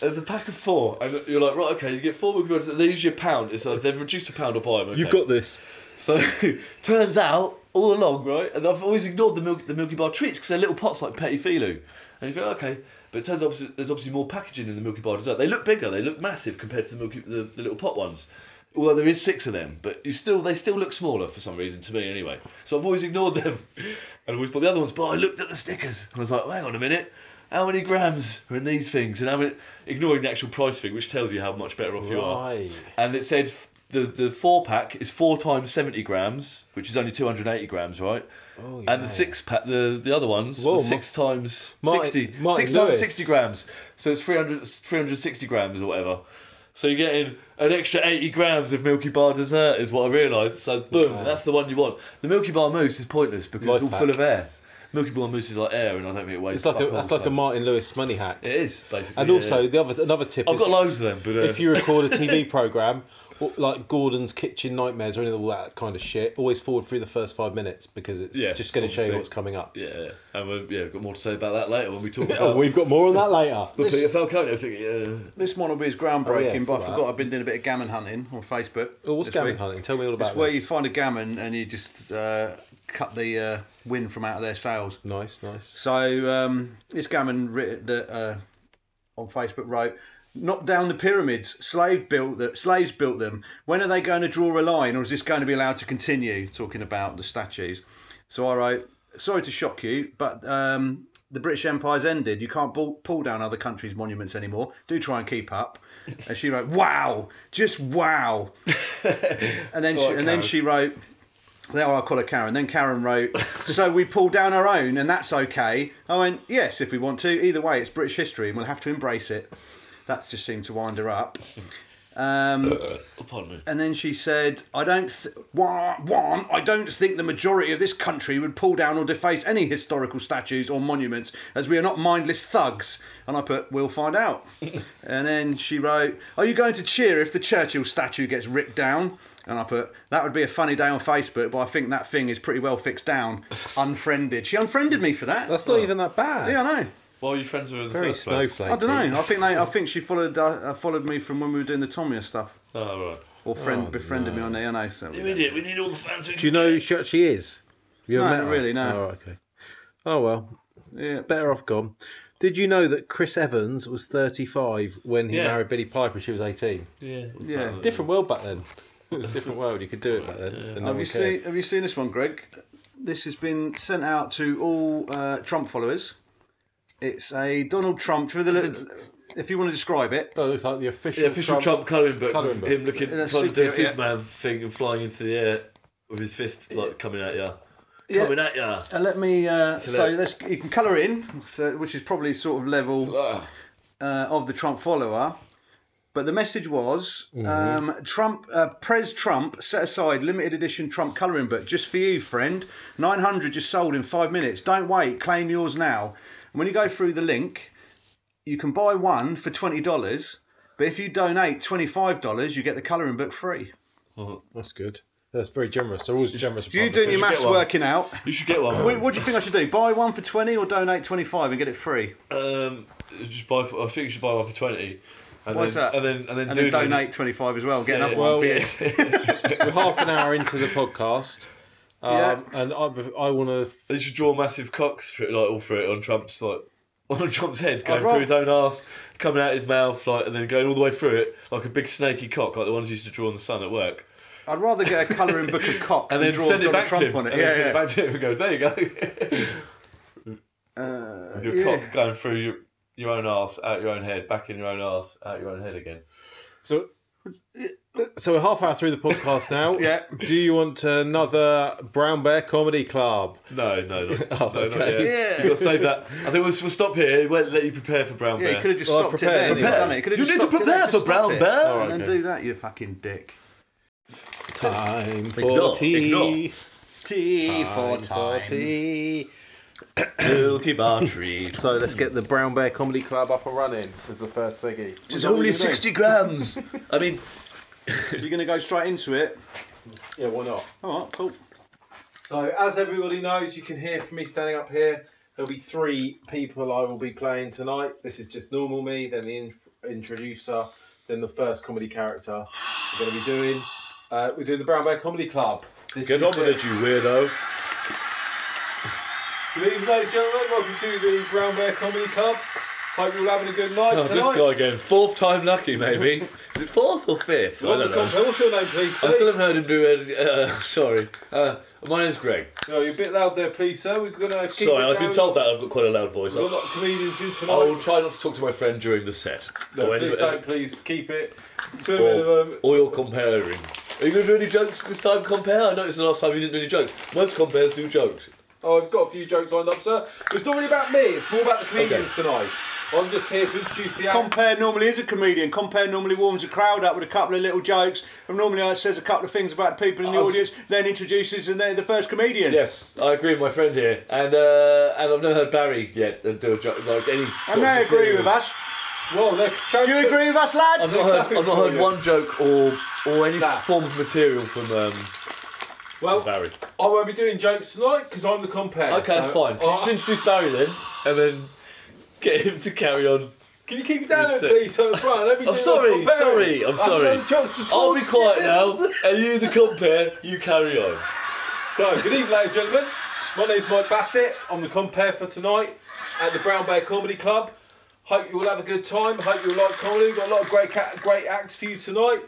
S2: There's a pack of four, and you're like, right, okay, you get four Milky Bars. They use your pound. It's like they've reduced a pound or buy them. Okay.
S1: You've got this.
S2: So turns out all along, right? And I've always ignored the milk, the Milky Bar treats because they're little pots like Petit Filou, and you think okay, but it turns out obviously- there's obviously more packaging in the Milky Bar dessert. They look bigger, they look massive compared to the Milky the, the little pot ones. Although there is six of them, but you still they still look smaller for some reason to me anyway. So I've always ignored them, and I've always bought the other ones. But I looked at the stickers and I was like, hang on a minute. How many grams are in these things? And how many, ignoring the actual price thing, which tells you how much better off you are
S1: Right.
S2: and it said f- the the four pack is four times seventy grams, which is only two hundred eighty grams, right? Oh, yeah. And the six pack, the the other ones,
S1: Whoa,
S2: were six times
S1: Martin-
S2: sixty,
S1: Martin
S2: six
S1: Lewis.
S2: times sixty grams. So it's 300, 360 grams or whatever. So you're getting an extra eighty grams of Milky Bar dessert is what I realised. So boom, that's the one you want. The Milky Bar mousse is pointless because
S1: Life
S2: it's all
S1: hack.
S2: full of air. Milky Bar mousse is like air, and I don't think it weighs.
S1: It's like a,
S2: fuck all,
S1: that's like
S2: so-
S1: a Martin Lewis money hack.
S2: It is basically.
S1: and
S2: yeah,
S1: also
S2: yeah.
S1: the other another tip.
S2: I've
S1: is
S2: got loads of them, but uh,
S1: if you record a TV program, like Gordon's Kitchen Nightmares or any of all that kind of shit, always forward through the first five minutes because it's
S2: Yes,
S1: just going to show you
S2: obviously.
S1: what's coming up.
S2: Yeah, and we've yeah, we've got more to say about that later when we talk about
S1: Oh, we've got more on that later.
S2: the Peter Falcone thing. Yeah.
S3: This one will be as groundbreaking,
S1: Oh, yeah,
S3: but
S1: fuck
S3: I
S1: that.
S3: forgot I've been doing a bit of gammon hunting on Facebook.
S1: Oh, what's
S3: this
S1: gammon
S3: week.
S1: hunting? Tell me all about
S3: It's where you
S1: this.
S3: find a gammon and you just uh, cut the uh, wind from out of their sails.
S1: Nice, nice.
S3: So um, this gammon writ that uh, on Facebook wrote, "Knock down the pyramids. Slave built the slaves built them. When are they going to draw a line, or is this going to be allowed to continue?" Talking about the statues. So I wrote, "Sorry to shock you, but." Um, the British Empire's ended. You can't pull, pull down other countries' monuments anymore. Do try and keep up. And she wrote, "Wow, just wow." and then, she, and then she wrote, then I call her Karen. Then Karen wrote, "So we pull down our own, and that's okay." I went, "Yes, if we want to. Either way, it's British history, and we'll have to embrace it." That just seemed to wind her up. Um,
S2: Oh, Pardon me.
S3: and then she said, "I don't, th- wah, wah, I don't think the majority of this country would pull down or deface any historical statues or monuments, as we are not mindless thugs." And I put, "We'll find out." and then she wrote, "Are you going to cheer if the Churchill statue gets ripped down?" And I put, "That would be a funny day on Facebook, but I think that thing is pretty well fixed down, unfriended." She unfriended me for that.
S2: Oh.
S1: That's not even that bad.
S3: yeah, I know.
S2: Why were you friends with her in the
S1: Very
S2: first place?
S1: snowflake.
S3: I don't know. I think they, I think she followed uh, followed me from when we were doing the Tomia stuff,
S2: Oh, right.
S3: or friend befriended me on the NA. So
S2: You idiot, we need all the fans.
S1: Do you know who she actually is? Have you ever
S3: No,
S1: met
S3: not
S1: her?
S3: really, no.
S1: Oh, right, okay. Oh, well.
S3: yeah.
S1: Better off gone. Did you know that Chris Evans was 35 when he
S2: Yeah.
S1: married Billy Piper? She was 18.
S2: Yeah.
S3: Yeah.
S1: Different world back then. It was a different world. You could do it back then. and no
S3: Have
S1: one
S3: you
S1: cared.
S3: seen Have you seen this one, Greg? This has been sent out to all uh, Trump followers. It's a Donald Trump. For the if you want to describe it,
S1: Oh, it looks like the official,
S2: The official Trump, colouring book.
S1: colouring book.
S2: with Him looking
S3: That's
S2: trying to do a
S3: Superman, yeah.
S2: Superman thing and flying into the air with his fist like coming at ya. Coming at ya.
S3: uh, let me. Uh, so
S2: look.
S3: let's you can colour in, so, which is probably sort of level
S2: Ah,
S3: uh, of the Trump follower. But the message was
S2: Mm-hmm.
S3: um, Trump, uh, Prez Trump set aside limited edition Trump colouring book just for you, friend. 900 just sold in five minutes. Don't wait, claim yours now. And when you go through the link, you can buy one for $20. But if you donate $25, you get the colouring book free.
S1: That's good. That's very generous. They're always generous.
S3: You doing your
S2: should
S3: maths
S2: Oh, get one.
S3: working out.
S2: You should get one.
S3: What, what do you think I should do? Buy one for 20 or donate 25 and get it free?
S2: Um, just buy. For, I think you should buy one for twenty. And
S3: What's
S2: then,
S3: that?
S2: And then and then
S3: And
S2: do
S3: then
S2: the-
S3: donate 25 as well. Get
S2: Yeah,
S3: another
S2: yeah.
S3: one for you.
S1: We're half an hour into the podcast. Um,
S3: Yeah.
S1: And I, I want
S2: They should draw massive cocks for it, like all through it on Trump's like on Trump's head,
S3: I'd
S2: going
S3: rather-
S2: through his own ass, coming out his mouth, like and then going all the way through it like a big snaky cock, like the ones you used to draw in the sun at work,
S3: I'd rather get a colouring book of cocks
S2: and
S3: and,
S2: then
S3: draw
S2: send it
S3: Donald
S2: back
S3: Trump
S2: to him,
S3: on it.
S2: and then send
S3: Yeah,
S2: it
S3: yeah.
S2: back to him and go, there you go,
S3: Uh,
S2: your
S3: yeah.
S2: cock going through your your own ass, out your own head, back in your own ass, out your own head again.
S1: to. So, so we're half hour through the podcast now.
S3: Yeah.
S1: Do you want another Brown Bear Comedy Club?
S2: No, no, no,
S1: Oh,
S2: no, not
S1: okay.
S2: yet.
S3: Yeah.
S2: You got to save that. I think we'll, we'll stop here. It won't let you prepare for brown
S3: Yeah, you
S2: bear.
S3: could have just
S1: Well,
S3: stopped it
S1: prepare
S3: there. and
S1: anyway.
S3: done it. could've
S2: You
S3: just
S2: need to
S3: stopped it
S2: prepare
S3: there, just
S2: for Brown
S3: stop it.
S2: Bear.
S1: All right,
S3: And
S1: okay.
S3: do that, you fucking dick.
S1: Time for
S2: Ignore,
S1: tea.
S2: ignore.
S3: T for
S1: for
S3: time.
S1: tea.
S2: Milky bar tree.
S1: So let's get the Brown Bear Comedy Club up and running. Is the first thing.
S2: It's only sixty grams. I mean,
S3: You're gonna go straight into it.
S1: Yeah, why not?
S3: All right, cool.
S1: So, as everybody knows, you can hear from me standing up here. There'll be three people I will be playing tonight. This is just normal me, then the in- introducer, then the first comedy character we're going to be doing. Uh, we're doing the Brown Bear Comedy Club. This is
S2: get on with it, you weirdo.
S1: Good evening, ladies and gentlemen. Welcome to the Brown Bear Comedy Club.
S6: Hope you're all having a good night
S2: Oh,
S6: tonight.
S2: this guy again. Fourth time lucky, maybe. Is it fourth or fifth? I
S6: Well,
S2: don't
S6: the
S2: know.
S6: company- What's your name, please?
S2: I
S6: sir?
S2: still haven't heard him do any. Uh, sorry. Uh, my name's Greg.
S6: No, you're a bit loud there, please, sir. We're gonna. Keep
S2: Sorry,
S6: it
S2: I've been
S6: going.
S2: told that I've got quite a loud voice.
S6: We've got comedians do tonight.
S2: I'll try not to talk to my friend during the set.
S6: No,
S2: or, any-
S6: please don't. Please keep it to a
S2: or,
S6: minimum.
S2: or you're comparing. Are you going to do any jokes this time, compare? I noticed the last time you didn't do any jokes. Most compares do jokes.
S6: Oh, I've got a few jokes lined up, sir. It's not really about me. It's more about the comedians tonight. I'm just here to introduce the act.
S3: Compare normally is a comedian. Compare normally warms a crowd up with a couple of little jokes, and normally uh, says a couple of things about people in the
S2: I've-
S3: audience, then introduces and they're the first comedian.
S2: Oh, Yes, I agree with my friend here, and uh, and I've never heard Barry yet uh, do a joke like any. Sort
S3: And they
S2: of
S3: agree
S2: material.
S3: with us.
S6: Well, they're
S3: Do you agree with us, lads?
S2: I've not heard. I've not heard
S6: Yeah.
S2: one joke or or any form of material from um,
S6: Well,
S2: Barry.
S6: I won't be doing jokes tonight because I'm the compare.
S2: Okay, that's
S6: so-
S2: fine. Can you just introduce Barry then, and then get him to carry on.
S6: Can you keep it down,
S2: Yes, sir.
S6: please? So, Brian, let me
S2: I'm
S6: do
S2: sorry,
S6: the compare.
S2: sorry, I'm
S6: I've
S2: sorry.
S6: had a chance to talk.
S2: I'll be quiet now, and you, the compare, you carry on.
S6: So, good evening, ladies and gentlemen. My name's Mike Bassett. I'm the compare for tonight at the Brown Bear Comedy Club. Hope you all have a good time. Hope you all like comedy. We've got a lot of great ca- great acts for you tonight.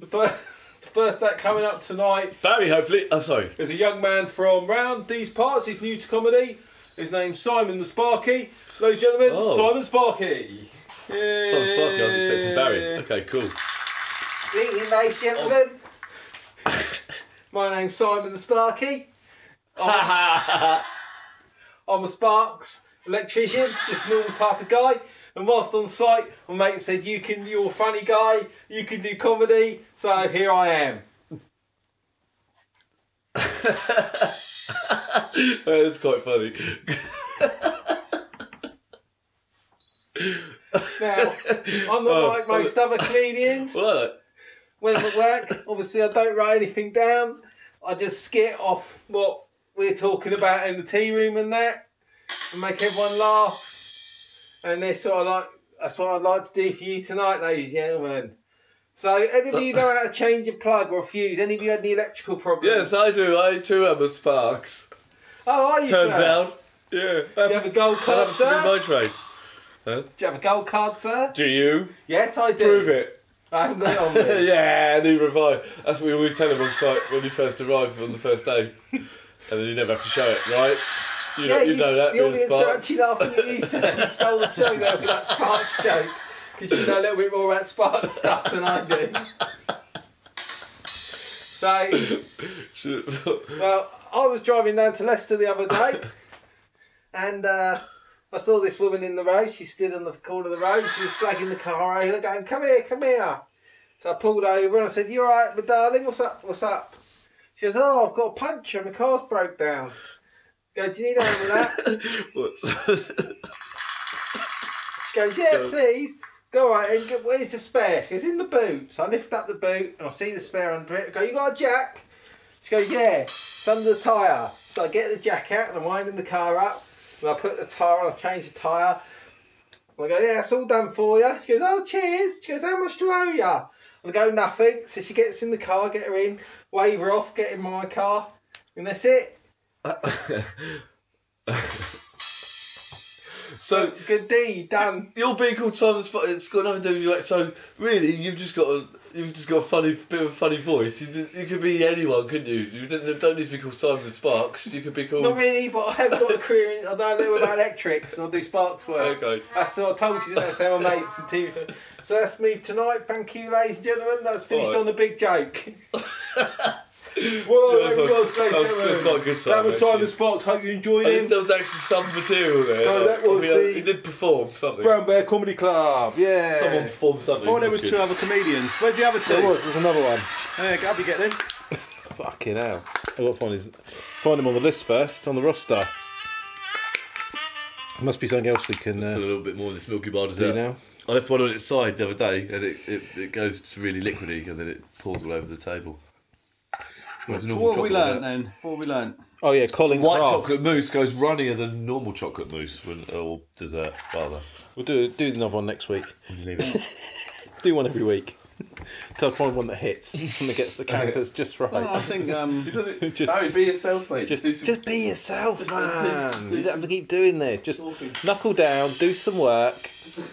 S6: The first, the first act coming up tonight
S2: Barry, hopefully. Oh, sorry.
S6: is a young man from round these parts. He's new to comedy. His name's Simon the Sparky. Ladies and gentlemen,
S2: Oh.
S6: Simon Sparky.
S2: Simon Sparky, I was expecting Barry. Okay, cool.
S1: Good evening, ladies and gentlemen. My name's Simon the Sparky.
S2: Oh.
S1: I'm a Sparks electrician, just a normal type of guy. And whilst on site, my mate said, "You can, you're a funny guy. You can do comedy." So here I am.
S2: That's quite funny.
S1: Now, I'm not
S2: Oh,
S1: like most other comedians.
S2: Well, I like-
S1: when I'm at work, obviously I don't write anything down. I just skit off what we're talking about in the tea room and that, and make everyone laugh. And that's what I like. That's what I'd like to do for you tonight, ladies and gentlemen. So, any of you know how to change a plug or a fuse? Any of you had any electrical problems?
S2: Yes, I do. I too am a Sparks.
S1: Oh, are you?
S2: Turns
S1: sir?
S2: out. Yeah.
S1: Do you have a gold
S2: That
S1: card,
S2: happens to be
S1: sir?
S2: my trade.
S1: Do you have a gold card, sir?
S2: Do you?
S1: Yes, I do.
S2: Prove it.
S1: I haven't got it on me.
S2: yeah, new revive. That's what we always tell him on site when you first arrive on the first day. and then you never have to show it, right? You know,
S1: Yeah,
S2: you, know that,
S1: the
S2: being a
S1: audience are
S2: Sparks.
S1: actually laughing at you, sir. You stole the show there with that Spark joke. Because you know a little bit more about Spark stuff than I do. So, well, I was driving down to Leicester the other day and uh, I saw this woman in the road. She stood on the corner of the road. She was flagging the car over, going, Come here, come here. So I pulled over and I said, You alright, my darling? What's up? What's up? She goes, Oh, I've got a puncture. My car's broke down. I go, Do you need help with that? She goes, yeah, please. Go on, and go, where's the spare? She goes, in the boot. So I lift up the boot and I see the spare under it. I go, you got a jack? She goes, yeah, it's under the tyre. So I get the jack out and I'm winding the car up. And I put the tyre on, I change the tyre. And I go, yeah, it's all done for you. She goes, oh, cheers. She goes, how much do I owe you? And I go, nothing. So she gets in the car, get her in, wave her off, get in my car. And that's it.
S2: so
S1: Good deed, done.
S2: you're being called Simon Sparks. It's got nothing to do with you. like, So really, you've just got a you've just got a funny bit of a funny voice. You, d- you could be anyone, couldn't you? You don't, don't need to be called Simon Sparks. You could be called.
S1: Not really, but I have got a career in, I know a little about electrics and I'll do sparks work.
S2: Okay.
S1: That's what I told you, that's how my mates and team. So that's me tonight. Thank you, ladies and gentlemen. That's finished
S2: Alright.
S1: on the big joke.
S6: Whoa,
S2: Yeah, so-
S6: everyone, ladies and gentlemen.
S2: that was quite a good
S6: That was
S2: Simon,
S6: Simon Sparks. Hope you enjoyed
S2: At least
S6: him.
S2: there was actually some material there.
S6: So that was
S2: I mean,
S6: the-
S2: He did perform something.
S6: Brown Bear Comedy Club. Yeah.
S2: Someone performed something.
S3: Oh, there
S2: That's
S3: was
S2: good.
S3: two other comedians. Where's the other two?
S6: There was. There's another one.
S3: Yeah, Gabby, get in.
S6: Fucking hell. I've got to find, his, find him on the list first, on the roster. There must be something else we can
S7: Still a
S6: uh,
S7: little bit more of this Milky Bar
S6: do
S7: dessert.
S6: now.
S7: I left one on its side the other day, and it, it, it goes really liquidy, and then it pours all over the table. Well, it's a normal
S3: What have we
S7: chocolate, isn't
S3: learnt
S7: it?
S3: then? What have we learnt?
S6: Oh, yeah, Colin
S7: White
S6: Kraft.
S7: chocolate mousse goes runnier than normal chocolate mousse, when, or dessert rather.
S6: We'll do, do another one next week. do one every week.
S1: to find one that hits and that gets the characters just right.
S3: I think um,
S1: just,
S8: Barry, be yourself, mate. Just,
S1: just,
S8: do some.
S1: just be yourself, man.
S8: like, do- do
S1: you don't have to keep doing this. Just knuckle down, do some work,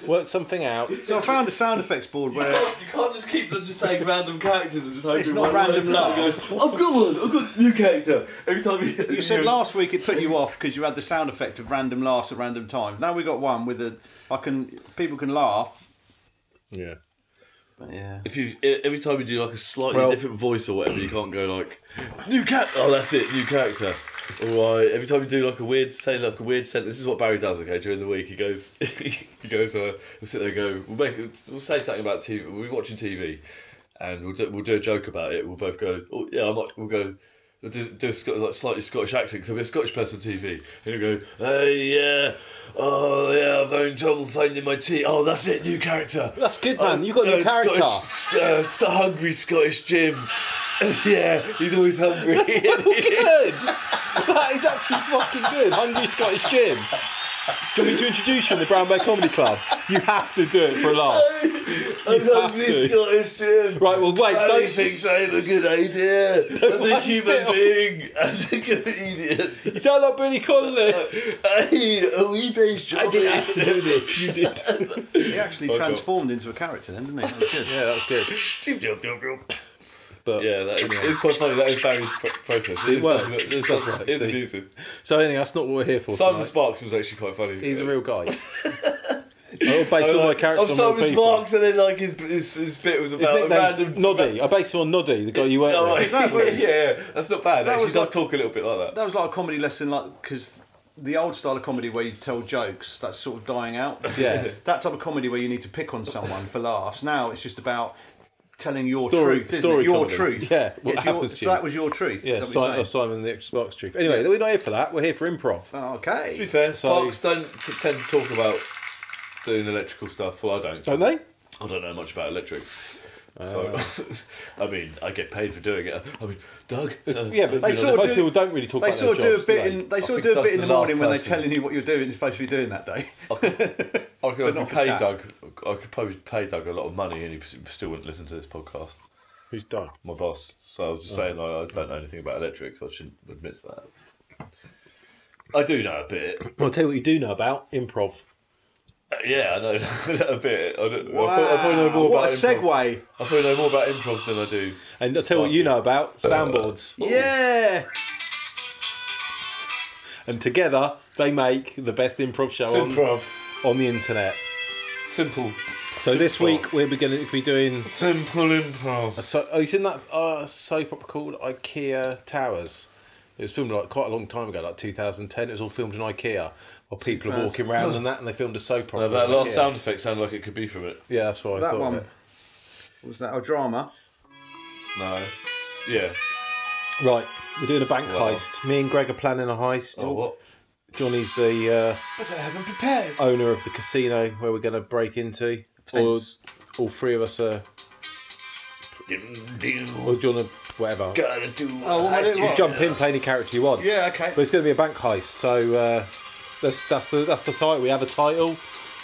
S1: work something out.
S3: so I found a sound effects board where
S2: You can't just keep just saying random characters and just hoping
S3: It's not
S2: one works
S3: random
S2: out.
S3: laugh.
S2: He goes, I've got one. I've got a new character. Every time you,
S3: You said last week it put you off because you had the sound effect of random laughs at random times. Now we got one with a I can people can laugh.
S1: Yeah.
S3: But yeah.
S2: If you e, every time you do like a slightly
S1: Well-
S2: different voice or whatever, you can't go like new cat. Oh, that's it, new character. All right. Every time you do like a weird, say like a weird sentence. This is what Barry does. Okay, during the week, he goes, he goes. Uh, we'll sit there and go. We'll make. We'll say something about TV. We'll be watching TV, and we'll do, we'll do a joke about it. We'll both go. Oh yeah, I might. We'll go. We'll do, do a Scot- like slightly Scottish accent because I'm a Scottish person on TV. And he'll go, hey, yeah, oh, yeah, I'm having trouble finding my tea. Oh, that's it, new character.
S1: That's good, man. You've got a new
S2: Uh,
S1: character.
S2: Scottish, uh, it's a hungry Scottish Jim. yeah, he's always hungry.
S1: good. That is actually fucking good. Hungry Scottish Jim. Do you want me to introduce you in the Brown Bear Comedy Club? You have to do it for a laugh.
S2: I'm
S1: hungry to.
S2: Scottish Jim.
S1: Right, well, wait,
S2: Barry
S1: don't.
S2: thinks I have a good idea. As a
S1: mind
S2: human
S1: him.
S2: being, as a comedian,
S1: You sound like Billy Connolly.
S2: I, a wee bit
S1: I didn't have to do this, you did.
S3: He actually transformed into a character then, didn't he? That was good.
S1: yeah, that was good. But
S2: Yeah, that is it's quite funny. That is Barry's pro- process. It is,
S1: Well,
S2: well, it is,
S1: that's right,
S2: it is
S1: see.
S2: amusing.
S1: So, anyway, that's not what we're here for.
S2: Simon
S1: tonight.
S2: Sparks was actually quite funny.
S1: He's a
S2: Yeah.
S1: real guy. I will base all
S2: I'm
S1: my
S2: like,
S1: characters
S2: I'm
S1: on real
S2: oh, Simon
S1: people.
S2: Sparks, and then like his, his, his bit was
S1: His
S2: about a
S1: nickname's
S2: random
S1: Noddy. I base it on Noddy, the guy you work
S2: Oh,
S1: with.
S2: yeah, yeah, that's not bad. Actually,
S3: was
S2: does
S3: like-
S2: talk a little bit like that.
S3: That was like a comedy lesson like because the old style of comedy where you tell jokes, that's sort of dying out.
S1: Yeah.
S3: That type of comedy where you need to pick on someone for laughs. Now it's just about telling your
S1: Story-
S3: truth, isn't
S1: story
S3: it? Your
S1: comedies.
S3: truth.
S1: Yeah, what
S3: It's your,
S1: happens to
S3: so
S1: you.
S3: that was your truth.
S1: Yeah,
S3: is that what
S1: Simon,
S3: you're
S1: oh,
S3: saying?
S1: Simon the Xbox Chief. Anyway, we're not here for that. We're here for improv.
S2: To be
S3: Oh, Okay.
S2: fair, Sparks
S1: So-
S2: don't t- tend to talk about doing electrical stuff. Well, I don't.
S1: Don't they?
S2: I don't know much about electrics.
S3: Uh.
S2: So, I mean, I get paid for doing it. I mean, Doug.
S1: It's-
S2: uh,
S1: yeah, but
S3: They
S1: most
S3: sort of do-
S1: people don't really talk
S3: They
S1: about
S3: sort of
S1: their
S3: do a
S1: jobs,
S3: bit
S1: do
S3: in. They
S2: think
S3: sort of do a
S2: Doug's
S3: bit in the
S2: the last
S3: morning when they're
S2: person.
S3: telling you what you're doing. You're supposed to be doing that day.
S2: I could, I
S3: not
S2: could
S3: for
S2: pay
S3: chat.
S2: Doug. I could probably pay Doug a lot of money, and he s- still wouldn't listen to this podcast.
S1: Who's Doug?
S2: My boss. So I was just
S3: Oh.
S2: saying, I, I don't know anything about electrics. I shouldn't admit to that. I do know a bit.
S1: Well, I'll tell you what you do know about improv.
S2: Uh, Yeah, I know a bit. I, don't,
S3: Oh,
S2: I, probably, I probably know more
S3: what a
S2: about improv.
S3: segue!
S2: I probably know more about improv than I do.
S1: And I'll tell you what you know about soundboards.
S3: Yeah.
S1: And together, they make the best improv show on,
S2: Improv.
S1: on the internet.
S2: Simple.
S1: So this week, we're going to be doing.
S2: Simple improv.
S1: a So, oh, you seen that uh, soap opera called IKEA Towers? It was filmed like quite a long time ago, like 2010. It was all filmed in IKEA, while people are walking around and that, and they filmed a soap opera.
S2: No, that last
S1: Yeah.
S2: sound effect sounded like it could be from it.
S1: Yeah, that's what I
S3: That
S1: thought.
S3: one.
S1: of it.
S3: What was that? A drama.
S2: No. Yeah.
S1: Right, we're doing a bank
S2: Wow.
S1: heist. Me and Greg are planning a heist.
S2: Oh, what?
S1: Johnny's the
S9: But I haven't prepared.
S1: uh, owner of the casino where we're going to break into. Or
S3: Tense.
S1: all three of us are. Or do you want to whatever?
S2: Gotta do.
S3: Oh, what-
S2: heist.
S1: You jump in, play any character you want.
S3: Yeah. Okay.
S1: But it's going to be a bank heist, so uh, that's that's the that's the title. We have a title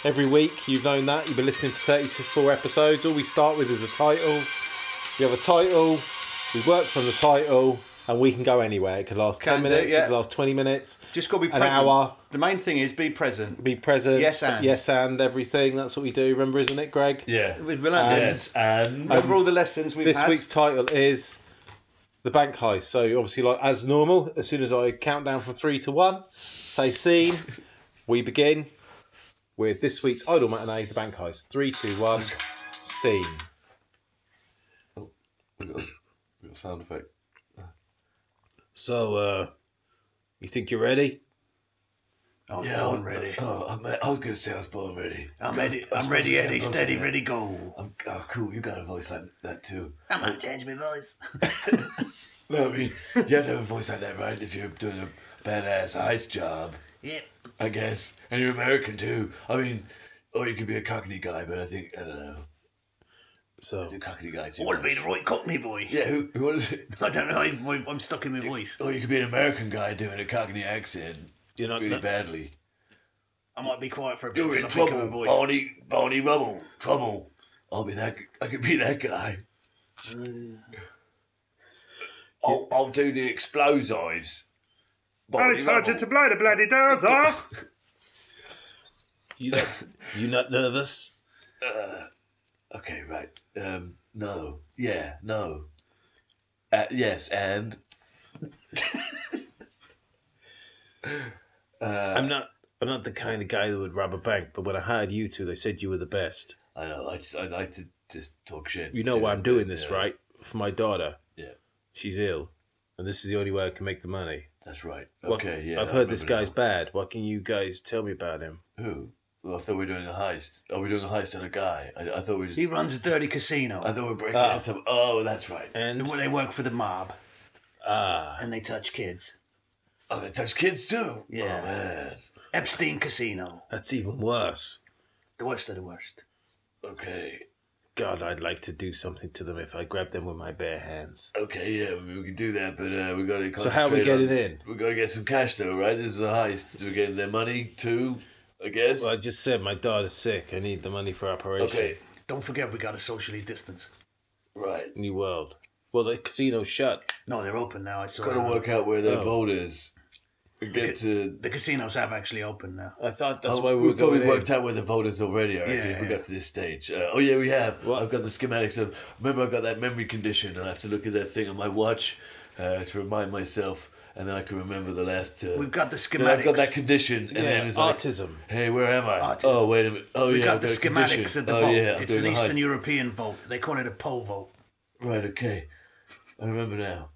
S1: every week. You've known that. You've been listening for thirty to four episodes. All we start with is a title. We have a title. We work from the title, and we can go anywhere. It could last ten
S3: Can do,
S1: minutes. It
S3: yeah.
S1: could last twenty minutes.
S3: Just got to be
S1: An
S3: present.
S1: hour.
S3: The main thing is be present.
S1: Be present.
S3: Yes and.
S1: yes and everything. That's what we do. Remember, isn't it, Greg?
S2: Yeah.
S3: We've learned this.
S2: Yes, and.
S3: Remember all the lessons we've
S1: This
S3: had.
S1: week's title is the bank heist. So obviously, like as normal, as soon as I count down from three to one, say scene, we begin with this week's idol matinee, the bank heist. Three, two, one, scene.
S2: we got, we got a sound effect.
S1: So, uh, you think you're ready?
S3: I was
S2: Yeah,
S3: born
S2: I'm
S3: ready.
S2: Oh, I'm, I was gonna say I was born ready.
S3: I'm ready. I'm ready, Eddie. Steady, ready, go.
S2: I'm, oh, cool. You got a voice like that too.
S3: I'm gonna change my voice.
S2: No, I mean, you have to have a voice like that, right? If you're doing a badass ice job.
S3: Yep.
S2: I guess. And you're American too. I mean, or you could be a Cockney guy, but I think, I don't know.
S1: So,
S2: The Cockney guy too.
S3: I want to be
S2: much.
S3: the right Cockney boy.
S2: Yeah, who, who was it?
S3: I don't know. I'm, I'm stuck in my voice.
S2: Or you could be an American guy doing a Cockney accent
S1: you're not.
S2: really badly.
S3: I might be quiet for a bit.
S2: You're
S3: till
S2: in
S3: I pick up my
S2: trouble,
S3: voice.
S2: Barney, Barney Rubble. Trouble. I'll be that. I could be that guy.
S3: Uh,
S2: I'll, I'll do the explosives. I charge it to blow the bloody doors off. you not, you not nervous? Uh, okay, right. Um, no. Yeah, no. Uh, yes, and Uh,
S1: I'm not. I'm not the kind of guy that would rob a bank, but when I hired you two, they said you were the best.
S2: I know. I just I like to just talk shit.
S1: You know why I'm doing this, right? For my daughter.
S2: Yeah.
S1: She's ill, and this is the only way I can make the money.
S2: That's right.
S1: What-
S2: Okay, yeah.
S1: I've
S2: I
S1: heard this guy's
S2: remember
S1: bad. What can you guys tell me about him?
S2: now. Who? Well, I thought we were doing a heist. Are we doing a heist on a guy? I, I thought we just.
S3: He runs a dirty casino.
S2: I thought we were breaking
S1: Ah.
S2: in some. Oh, that's right.
S1: And
S3: Well, they work for the mob
S1: ah,
S3: and they touch kids.
S2: Oh, they touch kids too.
S3: Yeah.
S2: Oh man.
S3: Epstein Casino,
S1: that's even worse.
S3: the worst of the worst.
S2: Okay.
S1: God, I'd like to do something to them if I grabbed them with my bare hands.
S2: Okay. Yeah, I mean, we can do that, but uh, we got to.
S1: So how are we getting in?
S2: We got to get some cash though, right? This is a heist. We're getting their money too, I guess.
S1: Well, I just said my daughter's sick. I need the money for operation.
S2: okay.
S3: Don't forget we got to socially distance.
S2: Right.
S1: New World. Well, the casino's shut.
S3: No, they're open now. I saw.
S2: Got to
S3: that.
S2: work out where their
S1: Oh.
S2: vault is. We get to.
S3: The casinos have actually opened now.
S1: I thought that's
S2: Oh,
S1: why we were
S2: we've probably
S1: going in.
S2: worked out where the vote is already. I reckon,
S3: Yeah,
S2: if we
S3: yeah.
S2: got to this stage. Uh, oh yeah, we have. I've got the schematics of. Remember, I got that memory condition, and I have to look at that thing on my watch uh, to remind myself, and then I can remember the last. Uh,
S3: We've got the
S2: then I've
S3: schematics.
S2: got that condition, and then
S1: Yeah,
S2: it's like,
S1: autism.
S2: hey, where am I?
S3: Autism.
S2: Oh wait a minute. Oh
S3: We've
S2: yeah,
S3: got
S2: I've
S3: the
S2: got a
S3: schematics
S2: condition.
S3: of the
S2: oh,
S3: vault.
S2: Yeah, I'm
S3: it's an
S2: doing a
S3: Eastern
S2: heist.
S3: European vault. They call it a pole vault.
S2: Right. Okay. I remember now.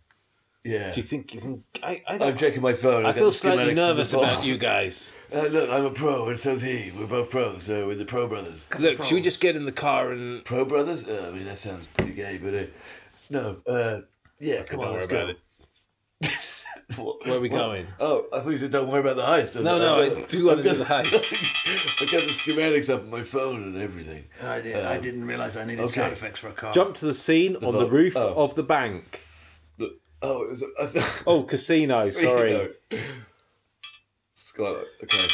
S2: Yeah.
S1: Do you think you can? I, I,
S2: I'm checking my phone.
S1: I
S2: I've got
S1: feel
S2: the schematics
S1: slightly
S2: of the
S1: nervous about
S2: vault.
S1: you guys.
S2: Uh, look, I'm a pro, and so's he. We're both pros. Uh, we're the pro brothers.
S1: Look, should we just get in the car and?
S2: Pro Brothers? Uh, I mean, that sounds pretty gay, but uh, no. Uh, yeah, come on,
S1: Don't worry
S2: let's
S1: about
S2: go.
S1: it. Where are we going?
S2: Oh, I oh. thought you said don't worry about the heist.
S1: No, no, I do want to do the heist.
S2: I got the schematics up on my phone and everything.
S3: I, did, I didn't realize I needed
S2: Oh, okay.
S3: sound effects for a car.
S1: Jump to the scene on the
S2: vault.
S1: roof
S2: Oh.
S1: of the bank.
S2: Oh, it was, I th-
S1: Oh, casino. Sorry.
S2: Skydive. Okay.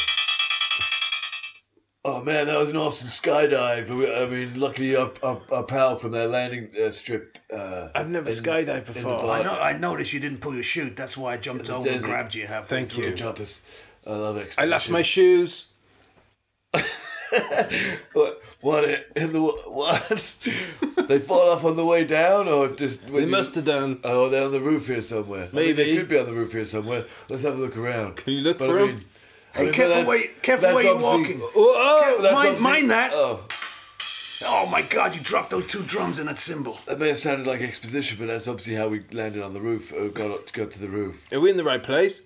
S2: Oh man, that was an awesome skydive. We- I mean, luckily our, our, our pal from their landing uh, strip. Uh,
S1: I've never
S2: in-
S1: skydived
S2: in the
S1: before.
S2: vault.
S3: I, know, I noticed you didn't pull your chute. That's why I jumped over and
S2: desert.
S3: grabbed you. Halfway
S1: Thank
S3: through.
S1: you.
S2: Good job, us. I love it.
S1: I lost my shoes.
S2: What? What in the what? they fall off on the way down, or just when
S1: They
S2: you-
S1: must have done.
S2: Oh, they're on the roof here somewhere. I mean,
S1: Maybe.
S2: they could be on the roof here somewhere. Let's have a look around. Can
S1: you look
S2: but
S1: for
S2: I
S1: 'em?
S2: mean, I mean, but
S3: careful
S2: that's-
S3: where you- careful
S2: that's
S3: where you're
S2: obviously-
S3: walking.
S2: Oh, that's
S3: mind-
S2: obviously-
S3: mind that.
S2: Oh,
S3: Oh my God! You dropped those two drums and that cymbal.
S2: that may have sounded like exposition, but that's obviously how we landed on the roof. Oh, got up- got to the roof.
S1: Are we in the right place?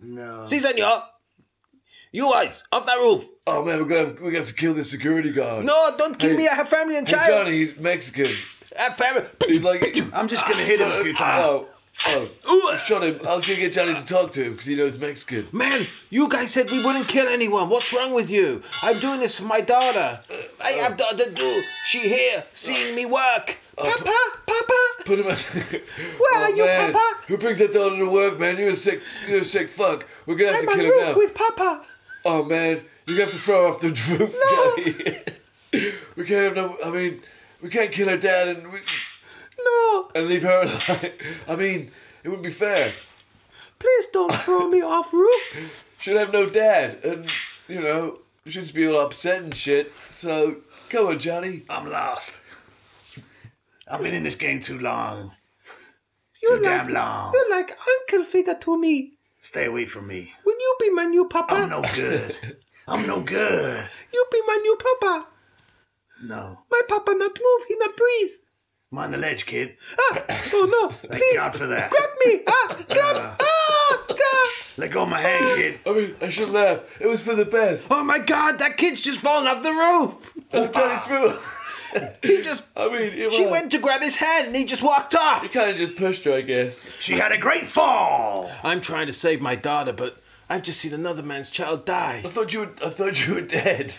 S3: No.
S1: Si, senor. You guys, off that roof.
S2: Oh man, we're gonna have, we're gonna have to kill this security guard.
S1: No, don't kill
S2: Hey.
S1: me. I have family and
S2: hey,
S1: child.
S2: Johnny, he's Mexican.
S1: I have family.
S2: He's like,
S3: I'm just gonna hit him a few times.
S2: oh, oh, I shot him. I was gonna get Johnny to talk to him because he knows Mexican.
S1: Man, you guys said we wouldn't kill anyone. What's wrong with you? I'm doing this for my daughter. I have daughter too. She here, seeing me work. Papa, Papa.
S2: Put him out.
S1: Where are you,
S2: man.
S1: Papa?
S2: Who brings that daughter to work, man? You're a sick, you're a sick fuck. We're gonna have
S1: I'm
S2: to
S1: on
S2: kill him
S1: roof
S2: now.
S1: with Papa.
S2: Oh man, you have to throw her off the roof,
S1: No.
S2: Johnny. we can't have no. I mean, we can't kill her dad and we,
S1: No,
S2: and leave her alive. I mean, it wouldn't be fair.
S1: please don't throw me off roof.
S2: She'd have no dad, and you know, she'd just be all upset and shit. So come on, Johnny.
S3: I'm lost. I've been in this game too long.
S1: You're
S3: too damn
S1: like,
S3: long.
S1: you're like uncle figure to me.
S3: Stay away from me.
S1: Will you be my new Papa?
S3: I'm no good. I'm no good.
S1: You be my new Papa.
S3: No.
S1: My Papa not move. He not breathe.
S3: I'm on the ledge, kid.
S1: Ah, oh no,
S3: Thank
S1: please.
S3: God for that.
S1: Grab me. Ah, grab. Ah, grab.
S3: Let go of my hand, kid.
S2: I mean, I should laugh. It was for the best.
S1: Oh my god, that kid's just fallen off the roof.
S2: Oh, Johnny threw. her.
S1: He just
S2: I mean, it
S1: she
S2: was-
S1: went to grab his hand and he just walked off.
S2: He kind of just pushed her, I guess.
S3: She had a great fall.
S1: I'm trying to save my daughter, but I've just seen another man's child die.
S2: I thought you were. I thought you were dead.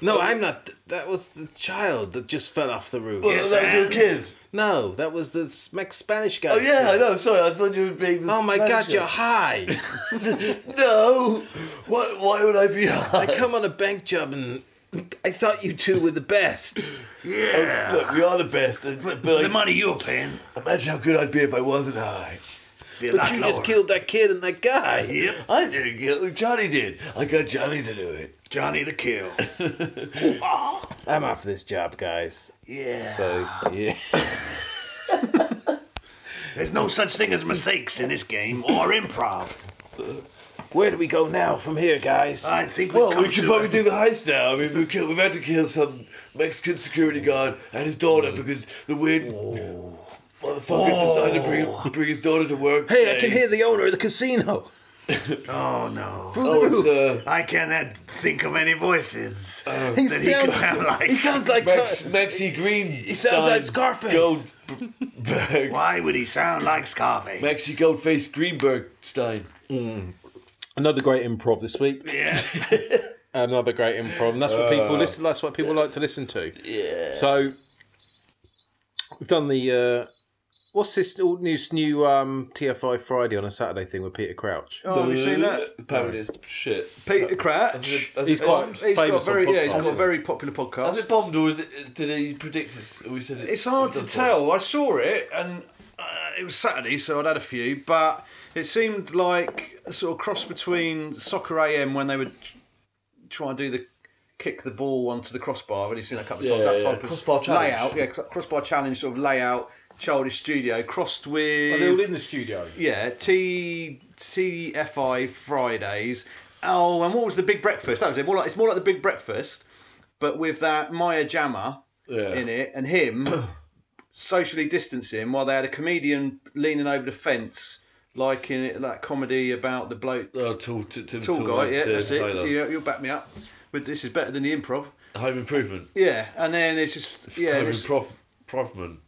S1: No, I'm not. That was the child that just fell off the roof.
S3: Yes,
S2: that was your
S3: and-
S2: kid.
S1: No, that was the Smex Spanish guy.
S2: Oh yeah, I know. Sorry, I thought you were being. The
S1: Oh my god, you're
S2: manager.
S1: high.
S2: No. What? Why would I be?
S1: I come on a bank job and
S10: I thought you two were the best.
S2: Yeah. Oh, look, we are the best. And, but
S11: The
S2: like,
S11: money you're paying.
S2: imagine how good I'd be if I wasn't high.
S11: Be a
S10: But
S11: lot
S10: you
S11: lower.
S10: just killed that kid and that guy.
S11: Yep.
S2: I didn't get it. Johnny did. I got Johnny to do it.
S11: Johnny the Kill.
S10: I'm off this job, guys.
S11: Yeah.
S10: So yeah.
S11: There's no such thing as mistakes in this game or improv.
S10: Where do we go now from here, guys?
S11: I think we've
S2: Well,
S11: come
S2: Oh, we could
S11: to
S2: probably
S11: a-
S2: do the heist now. I mean, we killed, we've had to kill some Mexican security guard and his daughter
S10: Mm.
S2: because the weird motherfucker decided to bring, bring his daughter to work.
S10: hey, I can
S2: today.
S10: hear the owner of the casino.
S11: Oh no.
S10: Through
S2: Oh,
S10: the roof.
S2: it's, uh,
S11: I cannot think of any voices
S1: Oh.
S10: he,
S11: that he could
S10: sounds,
S11: sound like.
S10: he sounds like
S2: Max, Maxi Green.
S10: he sounds like Scarface.
S2: Goldberg.
S11: Why would he sound like Scarface?
S2: Maxi Goldface Greenberg Stein.
S1: Another great improv this week.
S11: yeah.
S1: Another great improv. And that's what people listen. That's what people like to listen to.
S2: Yeah.
S1: So we've done the uh, what's this all new new um, TFI Friday on a Saturday thing with Peter Crouch.
S3: Oh, have you seen that?
S2: Apparently, it's shit.
S3: Peter Crouch.
S2: Has
S1: He's
S2: it-
S1: quite
S3: He's got
S1: famous
S3: very
S1: on
S3: yeah, he's
S1: podcasts.
S3: got a very popular podcast.
S2: Has it bombed or is it? Did he predict us? Or we said it,
S3: It's hard to
S2: it does
S3: tell. I saw it, and uh, it was Saturday, so I'd had a few, but it seemed like a sort of cross between Soccer AM when they would tr- try and do the kick the ball onto the crossbar. I've only seen it a couple of
S2: Yeah,
S3: times. that
S2: yeah,
S3: type of
S2: crossbar challenge.
S3: layout, yeah, cr- crossbar challenge sort of layout, childish studio crossed with
S12: They're all in the studio.
S3: yeah T TFI Fridays. Oh, and what was the Big Breakfast? That was it. More like it's more like the Big Breakfast, but with that Maya Jammer
S2: well. Yeah.
S3: in it and him socially distancing while they had a comedian leaning over the fence like in it, that comedy about the bloke
S2: Oh, tall, t- Tim
S3: tall guy yeah
S2: Tim
S3: that's it
S2: Taylor.
S3: you, you'll back me up but this is better than the improv
S2: Home improvement.
S3: yeah and then it's just yeah
S2: Home
S3: it's,
S2: improv. Improvement.